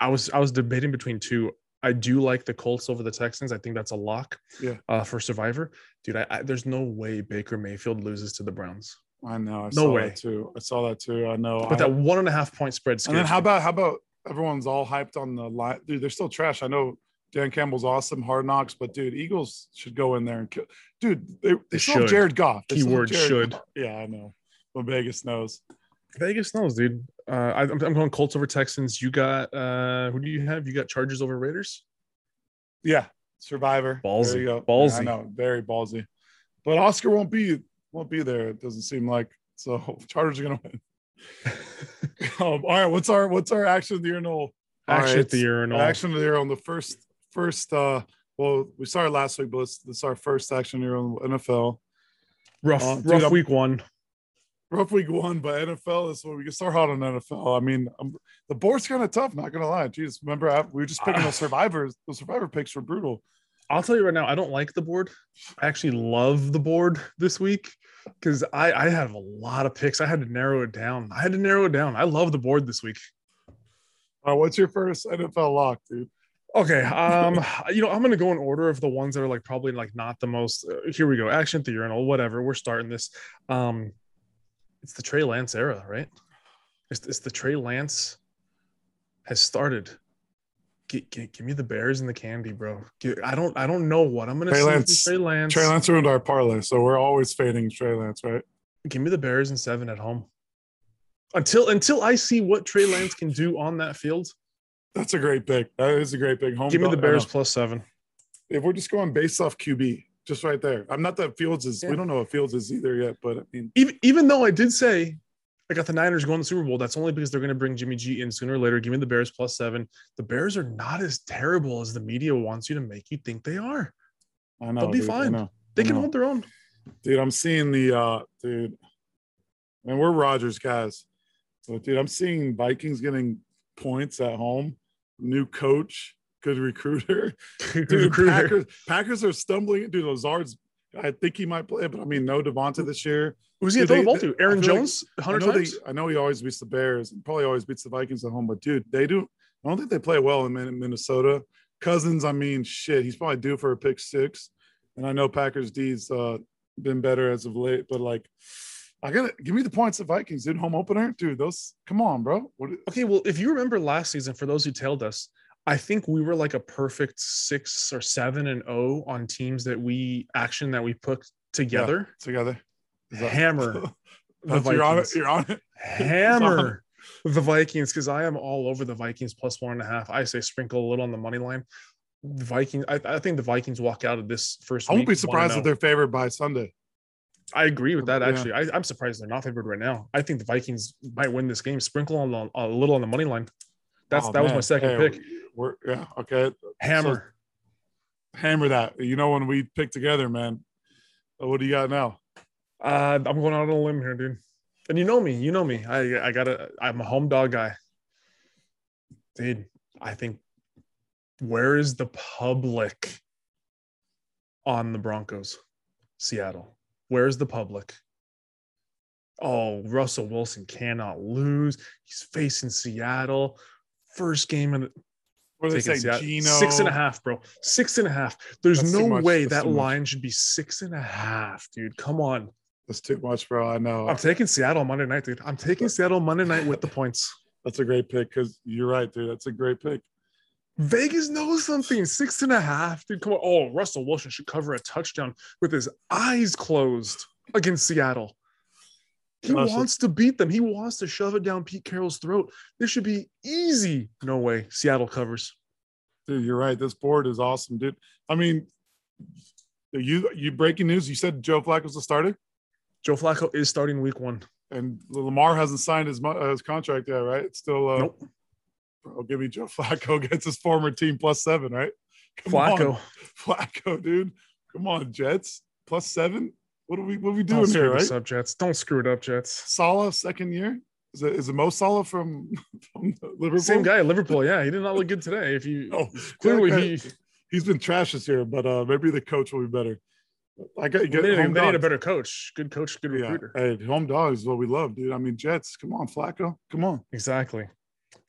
S4: I was I was debating between two. I do like the Colts over the Texans. I think that's a lock.
S2: Yeah.
S4: Uh, for Survivor, dude. I, I there's no way Baker Mayfield loses to the Browns.
S2: I know. I
S4: No
S2: saw
S4: way.
S2: that too. I saw that too. I know.
S4: But
S2: Oh, I-
S4: that one and a half point spread.
S2: and then
S4: scares
S2: how
S4: me.
S2: about how about everyone's all hyped on the line? Dude, they're still trash. I know Dan Campbell's awesome, hard knocks, but dude, Eagles should go in there and kill. Dude, they, they,
S4: They
S2: still have
S4: should.
S2: Jared Goff. They still have
S4: Keyword
S2: Jared
S4: should.
S2: Goff. Yeah, I know. But Vegas knows.
S4: Vegas knows, dude? Uh, I, I'm, I'm going Colts over Texans. You got uh, who do you have? You got Chargers over Raiders.
S2: Yeah, Survivor.
S4: Ballsy.
S2: There you go.
S4: Ballsy.
S2: I know, very ballsy. But Oscar won't be won't be there. It doesn't seem like so. Chargers are gonna win. um, all right, what's our what's our action of the year? No All
S4: Action
S2: right,
S4: at the urinal.
S2: action of the year on the first first. uh Well, we started last week, but it's this is our first action year on NFL.
S4: rough,
S2: Oh, dude,
S4: rough
S2: I'm-
S4: week one.
S2: Rough week one, but NFL is where we can start hot on NFL. I mean, um the board's kind of tough. Not gonna lie. Jeez, remember I, we were just picking those survivors. Those survivor picks were brutal.
S4: I'll tell you right now, I don't like the board. I actually love the board this week because I, I have a lot of picks. I had to narrow it down. I had to narrow it down. I love the board this week.
S2: Uh, what's your first NFL lock, dude?
S4: Okay, um, you know I'm gonna go in order of the ones that are like probably like not the most. Uh, here we go, action at the urinal, whatever. We're starting this. Um, it's the Trey Lance era, right? It's, it's the Trey Lance has started. G- g- give me the Bears and the candy, bro. G- I don't I don't know what I'm gonna
S2: Trey
S4: say.
S2: Lance-
S4: Trey Lance.
S2: Trey Lance ruined our parlay, so we're always fading Trey Lance, right?
S4: Give me the Bears and seven at home. Until until I see what Trey Lance can do on that field,
S2: That's a great pick. That is a great pick. Home
S4: give me
S2: dog-
S4: the
S2: I
S4: Bears
S2: know.
S4: plus seven.
S2: If we're just going based off QB, just right there. I'm not that Fields is.
S4: Yeah.
S2: We don't know what Fields is either yet, but I mean,
S4: even even though I did say I got the Niners going to the Super Bowl, that's only because they're going to bring Jimmy G in sooner or later. Give me the Bears plus seven. The Bears are not as terrible as the media wants you to make you think they are.
S2: I know
S4: They'll be
S2: dude, I
S4: fine.
S2: know.
S4: They
S2: I
S4: can
S2: know.
S4: hold their own.
S2: dude. I'm seeing the uh, dude, and we're Rogers guys, but dude, I'm seeing Vikings getting points at home. New coach, good recruiter, dude.
S4: Recruiter.
S2: Packers, Packers are stumbling. Dude, Lazard's. I think he might play, but I mean, no Devonta this year.
S4: Who's he
S2: Dude,
S4: going to throw the
S2: they-
S4: ball
S2: I
S4: to? Aaron
S2: feel like-
S4: Jones,
S2: I
S4: hundred
S2: know they,
S4: times.
S2: I know he always beats the Bears and probably always beats the Vikings at home, but dude, they do. I don't think they play well in Min- Minnesota. Cousins, I mean, shit, he's probably due for a pick six. And I know Packers D's uh, been better as of late, but like, I gotta give me the points of Vikings, dude. Home opener, dude. Those, come on, bro. What,
S4: okay, well, if you remember last season, for those who tailed us, I think we were like a perfect six or seven and zero on teams that we action that we put together.
S2: together. Is that-
S4: Hammer the
S2: That's- you're on it.
S4: Vikings.
S2: You're on it.
S4: hammer the Vikings because I am all over the Vikings plus one and a half. I say sprinkle a little on the money line. The Vikings, I, I think the Vikings walk out of this first.
S2: I won't
S4: week
S2: be surprised
S4: 1-0.
S2: if they're favored by Sunday.
S4: I agree with that.
S2: Yeah.
S4: Actually, I, I'm surprised they're not favored right now. I think the Vikings might win this game. Sprinkle on the, a little on the money line. That's
S2: Oh,
S4: that was my
S2: man.
S4: second
S2: Hey,
S4: pick.
S2: We're, yeah, okay.
S4: Hammer.
S2: Hammer that. You know when we pick together, man. Uh, What do you got now?
S4: Uh, I'm going out on a limb here, dude. And you know me, you know me. I I gotta. I'm a home dog guy, dude. I think. Where is the public on the Broncos, Seattle? Where is the public? Oh, Russell Wilson cannot lose. He's facing Seattle. First game in the
S2: What do they
S4: taking
S2: say?
S4: Seattle.
S2: Gino.
S4: Six and a half, bro. Six and a half. There's
S2: That's too
S4: no
S2: much.
S4: way
S2: That's
S4: that
S2: too much.
S4: line should be six and a half, dude. Come on.
S2: That's too much, bro. I know.
S4: I'm taking Seattle Monday night, dude. I'm taking Seattle Monday night with the points.
S2: That's a great pick because you're right, dude. That's a great pick.
S4: Vegas knows something. Six and a half, dude. Come on. Oh, Russell Wilson should cover a touchdown with his eyes closed against Seattle. He
S2: Russell-
S4: wants to beat them. He wants to shove it down Pete Carroll's throat. This should be easy. No way. Seattle covers.
S2: Dude, you're right. This board is awesome, dude. I mean, you you breaking news. You said Joe Flacco's the starter,
S4: Joe Flacco is starting week one.
S2: and Lamar hasn't signed his mo- uh, his contract yet, right? It's still uh,
S4: Nope.
S2: Bro, give me Joe Flacco gets his former team plus seven, right? Come on,
S4: Flacco.
S2: Flacco, dude. Come on, Jets plus seven. What are we what are we
S4: Don't
S2: doing
S4: screw
S2: here, right?
S4: this up, Jets. Don't screw it up, Jets.
S2: Salah second year? Is it, is it Mo Salah from, from Liverpool? Oh,
S4: Same guy at Liverpool. Yeah, he did not look good today. If you
S2: No,
S4: clearly
S2: guy-
S4: he
S2: He's been trash this year, but uh, maybe the coach will be better. I got
S4: they
S2: get
S4: need, a-
S2: home
S4: they need a
S2: dogs.
S4: better coach. Good coach, good
S2: Yeah,
S4: recruiter.
S2: hey, home dog is what we love, dude. I mean, Jets. Come on, Flacco. Come on.
S4: Exactly.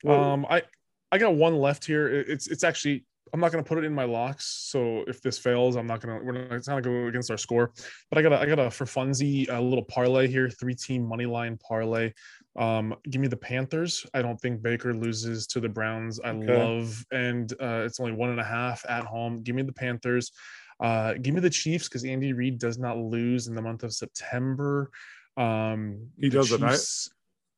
S2: Well-
S4: Um, I I got one left here. It- It's it's actually I'm not gonna put it in my locks. So if this fails, I'm not gonna we're not it's not gonna go against our score. But I got a, I got a for funsy a little parlay here, three team money line parlay. Um, give me the Panthers. I don't think Baker loses to the Browns. I
S2: Okay.
S4: love and uh, it's only one and a half at home. Give me the Panthers. Uh, give me the Chiefs because Andy Reid does not lose in the month of September. Um,
S2: He
S4: the
S2: doesn't, right?
S4: Chiefs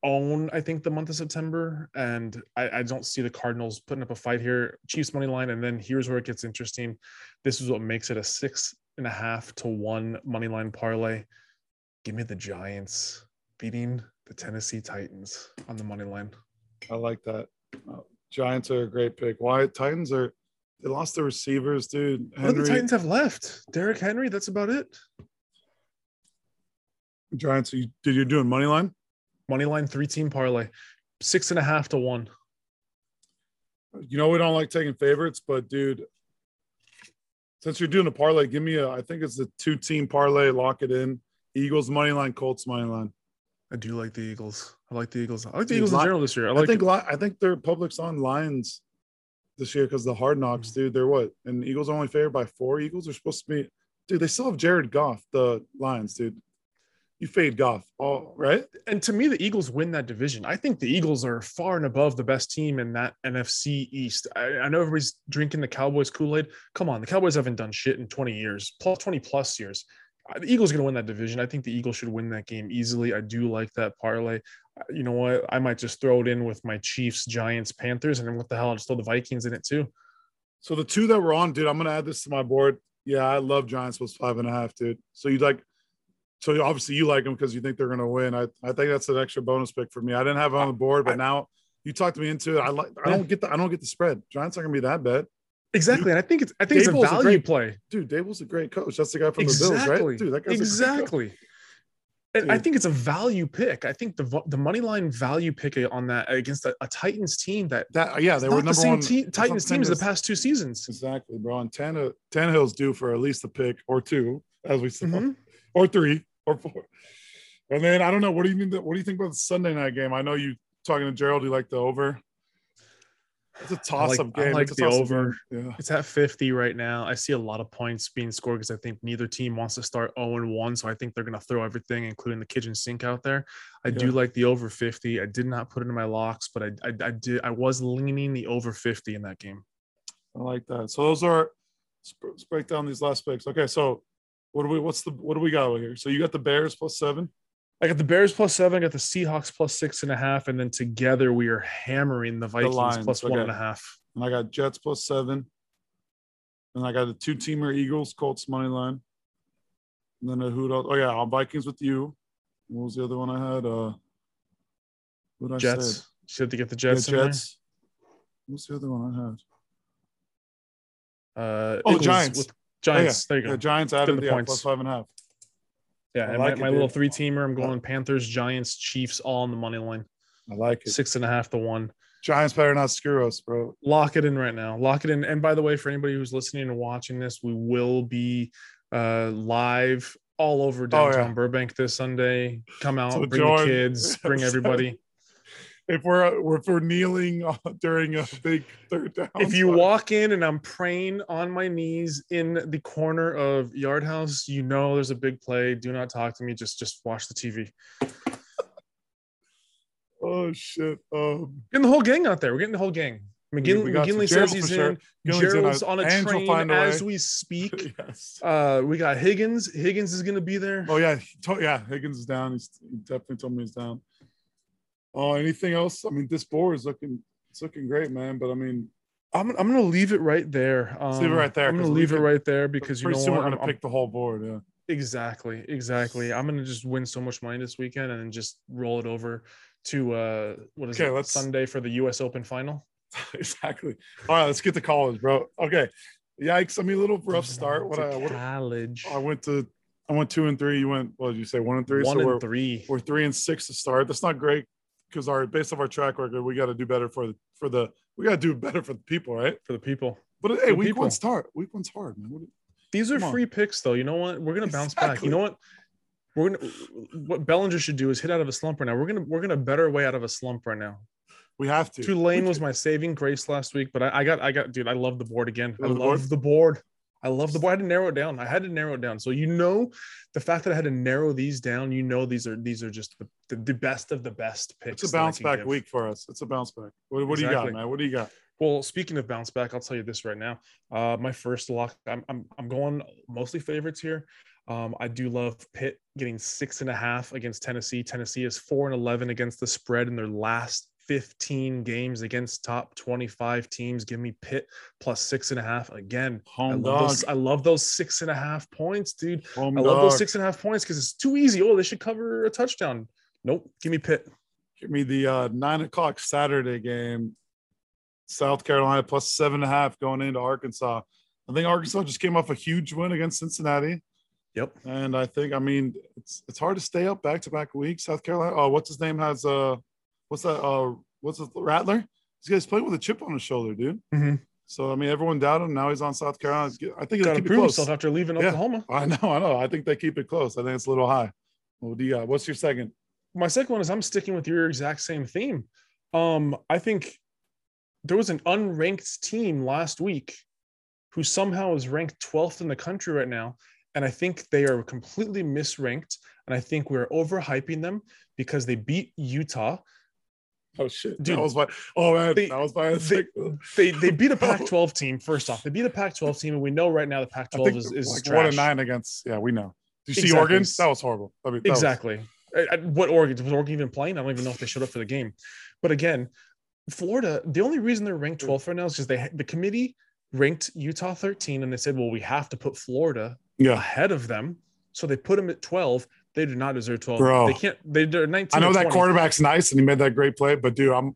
S4: Own, I think, the month of September, and I, I don't see the Cardinals putting up a fight here. Chiefs money line, and then here's where it gets interesting. This is what makes it a six and a half to one money line parlay. Give me the Giants beating the Tennessee Titans on the money line.
S2: I like that. Uh, Giants are a great pick. Why Titans are? They lost their receivers, dude.
S4: What do the
S2: Henry.
S4: Titans have left? Derrick Henry. That's about it.
S2: Giants. You, did you doing money line?
S4: Money line three team parlay, six and a half to one.
S2: You know we don't like taking favorites, but dude, since you're doing a parlay, give me a. I think it's a two-team parlay. Lock it in. Eagles money line, Colts money line.
S4: I do like the Eagles. I like the Eagles. I like the
S2: Dude,
S4: Eagles in
S2: Li-
S4: general this year. I
S2: I
S4: like
S2: think Li- I think their public's on Lions this year because the hard
S4: Mm.
S2: knocks, dude. They're what? And Eagles are only favored by four. Eagles are supposed to be, dude. They still have Jared Goff. The Lions, dude. You fade Goff, all right?
S4: and to me, the Eagles win that division. I think the Eagles are far and above the best team in that NFC East. I, I know everybody's drinking the Cowboys Kool Aid. Come on, the Cowboys haven't done shit in 20 years, plus 20 plus years. Uh, The Eagles going to win that division. I think the Eagles should win that game easily. I do like that parlay. Uh, You know what? I might just throw it in with my Chiefs, Giants, Panthers, and then what the hell? I'll just throw the Vikings in it too.
S2: So the two that were on, dude, I'm gonna add this to my board. Yeah, I love Giants plus five and a half, dude. So you like, so you- obviously you like them because you think they're gonna win. I, I think that's an extra bonus pick for me. I didn't have it on the board, but now you talked me into it. I like, I don't get the, I don't get the spread. Giants aren't gonna be that bad,
S4: Exactly. And I think it's I think
S2: Dable's a
S4: it's a value
S2: great-
S4: play.
S2: dude. Dable's a great coach. That's the guy from the Bills,
S4: Exactly.
S2: right? Dude, that guy's a great coach.
S4: exactly. And I
S2: Dude.
S4: think it's a value pick. I think the vo- the money line value pick on that against a, a Titans team that
S2: That yeah, they
S4: it's
S2: were
S4: not
S2: number
S4: the same
S2: one.
S4: te-
S2: it's not
S4: Titans
S2: same
S4: team as the
S2: as-
S4: past two seasons.
S2: Exactly, bro. And Tana Tannehill's due for at least a pick or two, as we saw.
S4: Mhm.
S2: or three or four. And then I don't know. What do you mean? That, what do you think about the Sunday night game? I know you talking to Gerald. You like the over. It's a
S4: I like-
S2: toss-up
S4: I
S2: game.
S4: like
S2: it's a
S4: the
S2: toss-up
S4: over.
S2: game. Yeah.
S4: It's at 50 right now. I see a lot of points being scored because I think neither team wants to start 0 1. So I think they're going to throw everything, including the kitchen sink, out there. I do
S2: Yeah.
S4: like the over 50. I did not put it in my locks, but I, I, I did. I was leaning the over 50 in that game.
S2: I like that. So those are. sp- Let's break down these last picks. Okay, so what do we? What's the? What do we got over here? So you got the Bears plus seven.
S4: I got the Bears plus seven, I got the Seahawks plus six and a half, and then together we are hammering the Vikings
S2: Lions,
S4: plus one
S2: okay.
S4: and a half.
S2: and I got Jets plus seven. And I got a two teamer Eagles, Colts money line. And then a who else? Oh yeah, i Vikings with you. What was the other one I had? Uh what I
S4: Jets.
S2: said?
S4: You said to get the
S2: Yeah,
S4: Jets. in there.
S2: What's the other one I had?
S4: Uh,
S2: Oh,
S4: Eagles
S2: Giants.
S4: With Giants. There you go.
S2: Yeah, Giants
S4: the
S2: added yeah,
S4: points.
S2: plus five and a half. I
S4: Yeah, and
S2: like it,
S4: my, my little
S2: dude.
S4: three teamer, I'm going Panthers, Giants, Chiefs, all on the money line.
S2: I like it.
S4: Six and a half to one.
S2: Giants better not screw us, bro.
S4: Lock it in right now. Lock it in. And by the way, for anybody who's listening and watching this, we will be uh, live all over
S2: Oh, yeah.
S4: downtown Burbank this Sunday. Come out,
S2: So
S4: bring
S2: join-
S4: the kids, bring everybody.
S2: If we're if we're kneeling uh, during a big third down,
S4: if you
S2: sorry.
S4: walk in and I'm praying on my knees in the corner of Yard House, you know there's a big play. Do not talk to me. Just just watch the TV.
S2: oh shit, um,
S4: Getting the whole gang out there. We're getting the whole gang. McGin-
S2: we got some-
S4: McGinley
S2: Gerald
S4: says he's
S2: for sure.
S4: in.
S2: Gillian's in,
S4: Gerald's
S2: uh,
S4: on a
S2: Ange will
S4: train
S2: find a
S4: as
S2: way.
S4: we speak.
S2: yes.
S4: Uh, we got Higgins. Higgins is going to be there.
S2: Oh yeah, he told, yeah. Higgins is down. He's, he definitely told me he's down. Oh, anything else? I mean, this board is looking it's looking great, man. But I mean,
S4: I'm, I'm going to leave it right there. Um,
S2: Let's leave it right there,
S4: I'm going
S2: 'cause
S4: to
S2: we
S4: leave it
S2: could-
S4: right there because you
S2: pretty
S4: know
S2: soon
S4: what?
S2: we're
S4: I'm,
S2: gonna
S4: I'm-
S2: pick the whole board. Yeah,
S4: exactly, exactly. I'm going to just win so much money this weekend and then just roll it over to uh, what is
S2: Okay,
S4: it?
S2: let's-
S4: Sunday for the U.S. Open final.
S2: exactly. All right, let's get to college, bro. Okay, yikes. I mean, a little rough
S4: Moving
S2: start.
S4: on
S2: What
S4: to
S2: I what,
S4: college.
S2: I went to, I went two and three. You went well. You say one and three.
S4: one
S2: so we're
S4: and three.
S2: we're three and six to start. That's not great because our based off our track record, we got to do better for the for the we got to do better for the people, right?
S4: for the people.
S2: But hey,
S4: The
S2: week
S4: people.
S2: one's hard. Week one's hard, man. What,
S4: These are
S2: Come on.
S4: free picks, though. You know what? We're gonna bounce back.
S2: Exactly.
S4: You know what? We're gonna. What Bellinger should do is hit out of a slump right now. We're gonna. We're gonna better way out of a slump right now.
S2: we have to.
S4: Tulane
S2: We
S4: was my saving grace last week, but I, I got. I got. Dude, I love the board again. I
S2: Love
S4: love
S2: the board?
S4: the board. I love the board. I had to narrow it down. I had to narrow it down. So you know, the fact that I had to narrow these down, you know, these are these are just the, the, the best of the best picks.
S2: It's a
S4: that I
S2: bounce
S4: can
S2: back
S4: give.
S2: week for us. It's a bounce back. What, what do you
S4: Exactly.
S2: got, man? What do you got?
S4: Well, speaking of bounce back, I'll tell you this right now. Uh, my first lock, I'm, I'm, I'm going mostly favorites here. Um, I do love Pitt getting six and a half against Tennessee. Tennessee is four and 11 against the spread in their last 15 games against top 25 teams. Give me Pitt plus six and a half again. I
S2: Home
S4: love,
S2: dog.
S4: those, I love those six and a half points, dude.
S2: Home
S4: I love those
S2: dog.
S4: six and a half points because it's too easy. Oh, they should cover a touchdown. Nope. Give me Pitt.
S2: Give me the uh, nine o'clock Saturday game. South Carolina plus seven and a half going into Arkansas. I think Arkansas just came off a huge win against Cincinnati,
S4: Yep.
S2: and I think I mean it's it's hard to stay up back to back weeks. South Carolina. Oh, what's his name has uh, what's that? Uh, what's the Rattler? This guy's playing with a chip on his shoulder, dude.
S4: Mhm.
S2: So I mean, everyone doubted him. Now he's on South Carolina. I think it'll
S4: Got to
S2: keep it
S4: prove
S2: close.
S4: himself after leaving
S2: Yeah.
S4: Oklahoma.
S2: I know, I know. I think they keep it close. I think it's a little high. What do you got? uh, What's your second?
S4: my second one is I'm sticking with your exact same theme. Um, I think there was an unranked team last week who somehow is ranked 12th in the country right now. And I think they are completely misranked. And I think we're overhyping them because they beat Utah.
S2: Oh shit!
S4: Dude,
S2: that was my. Oh man,
S4: they-
S2: that was my.
S4: they- They they beat a Pac-12 team first off. They beat a Pac-12 team, and we know right now the
S2: I
S4: Pac-12
S2: think
S4: is is
S2: like
S4: trash.
S2: one and nine against. Yeah, we know. Do you see
S4: Exactly.
S2: Oregon? That was horrible. I mean, that was-
S4: Exactly. I- I- what Oregon was Oregon even playing? I don't even know if they showed up for the game. But again, Florida. The only reason they're ranked 12th right now is because they ha- the committee ranked Utah 13, and they said, well, we have to put Florida
S2: yeah,
S4: ahead of them, so they put them at 12. They do not deserve 12.
S2: Bro.
S4: They can't. They, they're 19.
S2: I know
S4: or
S2: that
S4: 20.
S2: quarterback's nice and he made that great play, but dude, I'm.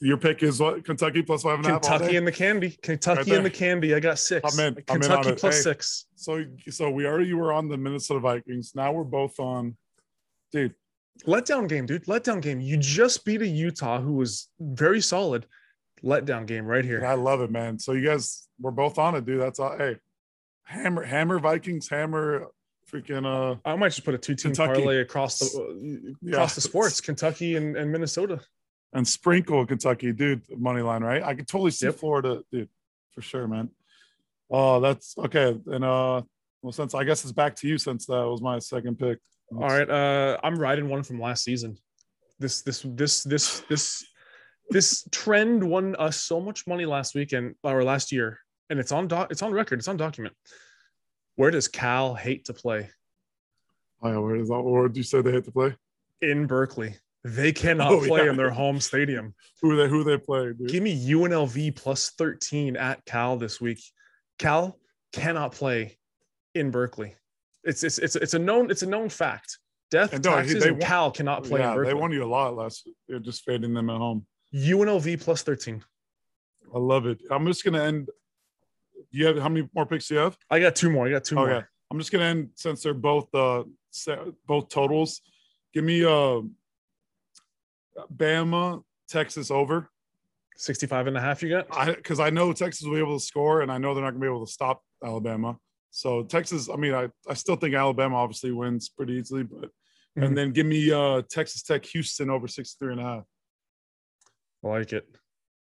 S2: Your pick is what? Kentucky plus five and a half. all
S4: Kentucky
S2: day?
S4: and the candy. Kentucky
S2: Right
S4: and the candy. I got 6
S2: I'm in. I'm in on
S4: Kentucky
S2: it.
S4: plus
S2: Hey.
S4: six.
S2: So, so we already were on the Minnesota Vikings. Now we're both on, dude.
S4: Letdown game, dude. Letdown game. You just beat a Utah who was very solid. Letdown game right
S2: and
S4: here.
S2: I love it, man. So you guys, we're both on it, dude. That's all. Hey, hammer, hammer Vikings, hammer, freaking uh,
S4: I might just put a two-team
S2: Kentucky.
S4: parlay across the
S2: yeah.
S4: across the sports, Kentucky and, and Minnesota.
S2: and sprinkle Kentucky, dude. Money line, right? I could totally see
S4: Yep.
S2: Florida, dude, for sure, man. Oh, that's okay. And uh, well, since I guess it's back to you, since that was my second pick.
S4: All right, uh, I'm riding one from last season. This this this this this this trend won us so much money last weekend or last year, and it's on doc, it's on record, it's on document. Where does Cal hate to play?
S2: Oh, yeah, where is that? Or did you say they hate to play?
S4: In Berkeley, they cannot
S2: Oh,
S4: play
S2: yeah.
S4: in their home stadium.
S2: Who they who they play, dude?
S4: Give me UNLV plus 13 at Cal this week. Cal cannot play in Berkeley. It's it's it's, it's a known it's a known fact. Death
S2: And no, he-
S4: taxes
S2: they
S4: and
S2: won-
S4: Cal cannot play in
S2: yeah,
S4: Berkeley.
S2: they won you a lot last. They're just fading them at home.
S4: UNLV plus 13.
S2: I love it. I'm just gonna end. You have how many more picks do you have?
S4: I got two more. I got two
S2: Okay.
S4: more.
S2: I'm just gonna end since they're both uh se- both totals. Give me uh Bama Texas over.
S4: 65 and a half you got?
S2: I because I know Texas will be able to score, and I know they're not gonna be able to stop Alabama. So Texas, I mean, I, I still think Alabama obviously wins pretty easily, but
S4: Mhm.
S2: and then give me uh Texas Tech Houston over 63 and a half.
S4: I like it.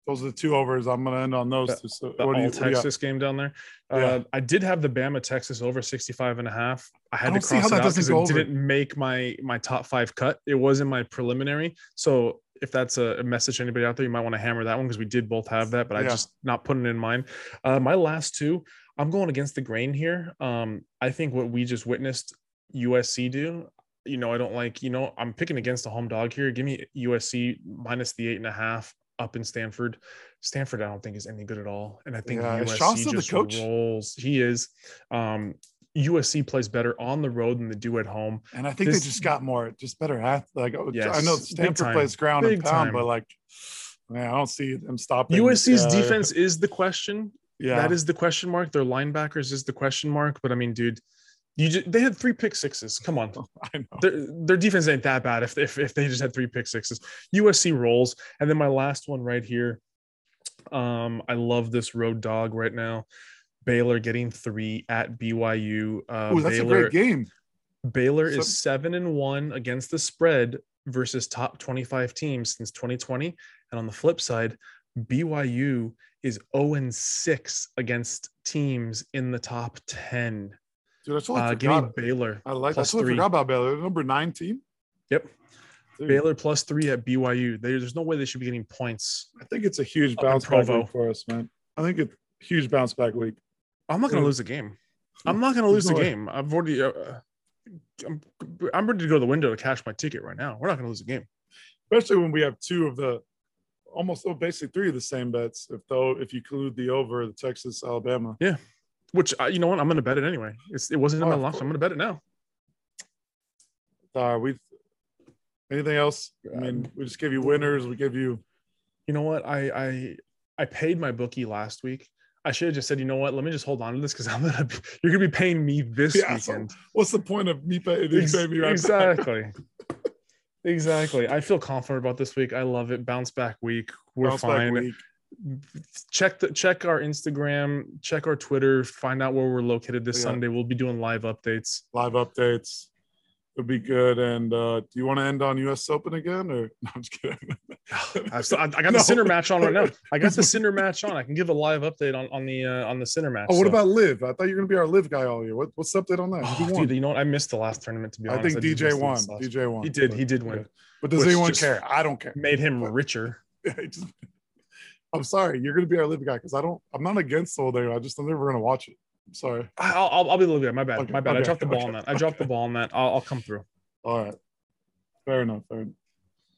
S2: Those are the two overs. I'm gonna end on those two. So
S4: The
S2: what do you, what do
S4: all
S2: you got?
S4: Texas game down there. Uh,
S2: Yeah.
S4: I did have the Bama Texas over 65 and a half. I
S2: I
S4: had to
S2: don't see how
S4: cross it
S2: that
S4: out
S2: doesn't
S4: because
S2: go
S4: it
S2: over.
S4: didn't make my my top five cut. It was in my preliminary. So if that's a a message to anybody out there, you might want to hammer that one because we did both have that, but I
S2: Yeah.
S4: just not putting it in mine. Uh, my last two, I'm going against the grain here. Um, I think what we just witnessed USC do. You know, I don't like, you know, I'm picking against the home dog here. Give me USC minus the eight and a half up in Stanford. Stanford, I don't think is any good at all. And I think
S2: Yeah, is Shaw
S4: USC
S2: still the
S4: just
S2: coach?
S4: rolls. He is. Um, USC plays better on the road than they do at home.
S2: And I think
S4: This-
S2: they just got more, just better at like. oh, I
S4: Yes,
S2: know
S4: big
S2: Stanford
S4: time,
S2: plays ground
S4: big
S2: and pound,
S4: time.
S2: but like, man, I don't see them stopping
S4: USC's
S2: uh,
S4: defense is the question.
S2: Yeah,
S4: That is the question mark. Their linebackers is the question mark. But I mean, dude, you just, they had three pick sixes. Come on.
S2: I know.
S4: their, their defense ain't that bad if, if if they just had three pick sixes. USC rolls, and then my last one right here. Um, I love this road dog right now. Baylor getting three at BYU. Uh,
S2: Ooh, that's
S4: Baylor
S2: a great game.
S4: Baylor
S2: So-
S4: is seven and one against the spread versus top twenty five teams since twenty twenty, and on the flip side, BYU is zero and six against teams in the top ten.
S2: Dude, Oh, I totally
S4: Uh, give me
S2: forgot.
S4: Baylor.
S2: I like. I
S4: plus
S2: totally
S4: three.
S2: forgot about Baylor. They're Number nine team.
S4: Yep.
S2: Dude,
S4: Baylor plus three at BYU. There- There's no way they should be getting points.
S2: I think it's a huge
S4: Up in
S2: bounce back
S4: Provo.
S2: week for us, man. I think it's huge bounce back week.
S4: I'm not going to
S2: Yeah.
S4: lose the game. Hmm. I'm not going to lose the
S2: No way.
S4: game. I've already. Uh, I'm, I'm ready to go to the window to cash my ticket right now. We're not going to lose the game.
S2: especially when we have two of the almost oh, basically three of the same bets. If though, if you include the over, the Texas Alabama.
S4: Which uh, you know what? I'm going to bet it anyway. It's, it wasn't in
S2: Oh,
S4: my
S2: of
S4: locks. I'm going to bet it now.
S2: Uh, we anything else? I mean, we just give you winners. We give you
S4: You know what? I I I paid my bookie last week. I should have just said, you know what? Let me just hold on to this because I'm gonna. Be, you're gonna be paying me this
S2: Yeah, so-
S4: weekend.
S2: what's the point of me paying
S4: Ex-
S2: me right back?
S4: exactly. exactly. I feel confident about this week. I love it. Bounce back week. We're
S2: Bounce back
S4: fine.
S2: week.
S4: check the check our Instagram, check our Twitter, find out where we're located this
S2: Yeah.
S4: Sunday. We'll be doing live updates.
S2: Live updates. would be good. And uh, do you want to end on U.S. Open again, or no, I'm just kidding.
S4: I, still, I I
S2: No.
S4: got the center match on right now. I got the center match on. I can give a live update on on the uh, on the center match.
S2: Oh, what
S4: so-
S2: about Live? I thought you were gonna be our Live guy all year. What, what's the update on that? Who
S4: Oh,
S2: won?
S4: dude, you know what? I missed the last tournament. To be
S2: I
S4: honest,
S2: think
S4: did miss
S2: DJ
S4: the
S2: won.
S4: last-
S2: DJ won.
S4: He did. He
S2: But-
S4: did win.
S2: yeah. But does
S4: which
S2: anyone
S4: just-
S2: care? I don't care.
S4: Made him richer.
S2: I just- I'm sorry. You're gonna be our Live guy because I don't. I'm not against all there. I just I'm never gonna watch it. I'm sorry.
S4: I- I'll, I'll, I'll be a little bit. My bad.
S2: Okay,
S4: My bad. I
S2: okay,
S4: dropped the ball
S2: okay,
S4: on that. I dropped the ball on that. I'll, I'll come through.
S2: All right. Fair enough. Fair enough.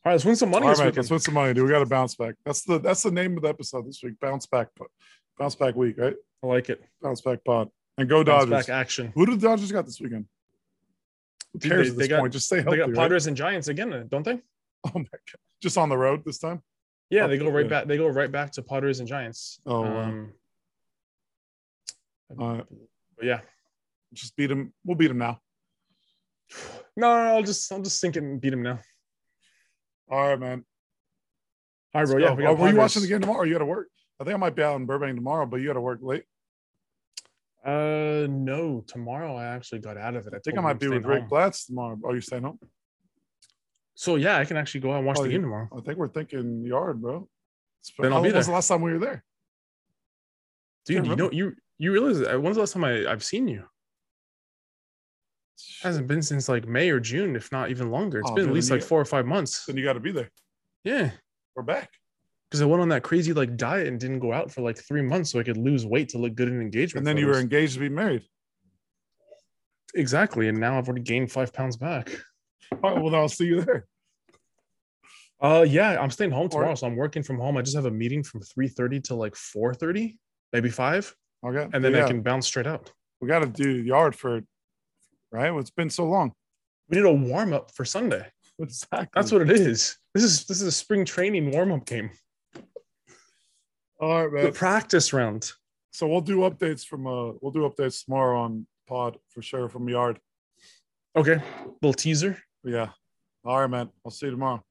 S4: All right, let's win some money
S2: All
S4: this
S2: right,
S4: weekend.
S2: let's win some money, dude. We got to bounce back. That's the that's the name of the episode this week. Bounce back, Po- bounce back week, right?
S4: I like it.
S2: Bounce back pod and go
S4: Bounce
S2: Dodgers.
S4: back action.
S2: Who do the Dodgers got this weekend? Who
S4: Dude,
S2: cares
S4: they-
S2: at
S4: they
S2: this
S4: got-
S2: point? Just stay
S4: They
S2: healthy.
S4: got
S2: right?
S4: Padres and Giants again, don't they?
S2: Oh my god! Just on the road this time.
S4: Yeah, they go
S2: Okay.
S4: right back. They go right back to Padres and Giants. Um,
S2: Oh, wow. All right.
S4: but yeah.
S2: Just beat them. We'll beat them now.
S4: No, no, no, I'll just I'll just think and beat him now.
S2: All right, man.
S4: All right, bro.
S2: Let's go.
S4: Yeah, we
S2: Oh,
S4: got
S2: were you
S4: Padres.
S2: watching the game tomorrow? Or you got to work. I think I might be out in Burbank tomorrow, but you got to work late.
S4: Uh, no. Tomorrow, I actually got out of it.
S2: I think I
S4: told him I'm
S2: Oh, might be
S4: Oh, staying
S2: with Greg
S4: home.
S2: Blatz tomorrow. Are you staying home?
S4: So yeah, I can actually go out and watch
S2: Oh,
S4: the
S2: you-
S4: game tomorrow.
S2: I think we're thinking yard, bro. It's been-
S4: Then I'll
S2: how
S4: be
S2: long was the
S4: there.
S2: last time we were there?
S4: Dude, you
S2: remember.
S4: know you you realize that- when's the last time I, I've seen you? hasn't been since like May or June, if not even longer. It's
S2: Oh,
S4: been
S2: man,
S4: at least
S2: then
S4: like
S2: you- e-
S4: four or five months.
S2: Then you got to be there.
S4: Yeah,
S2: We're back.
S4: because I went on that crazy like diet and didn't go out for like three months, so I could lose weight to look good in engagement.
S2: And then you were
S4: photos.
S2: engaged to be married.
S4: exactly, and now I've already gained five pounds back.
S2: All right, Oh, well, then I'll see you there.
S4: Uh, yeah, I'm staying home tomorrow, so I'm working from home. I just have a meeting from three thirty to like four thirty, maybe five,
S2: Okay.
S4: and then
S2: yeah,
S4: I can bounce straight out.
S2: we got to do yard for, right? Well, it's been so long.
S4: We need a warm up for Sunday.
S2: Exactly.
S4: That's what it is. This is this is a spring training warm up game,
S2: All right,
S4: the
S2: man.
S4: practice round.
S2: So we'll do updates from uh we'll do updates tomorrow on pod for sure from yard.
S4: Okay, little teaser.
S2: Yeah. All right, man. I'll see you tomorrow.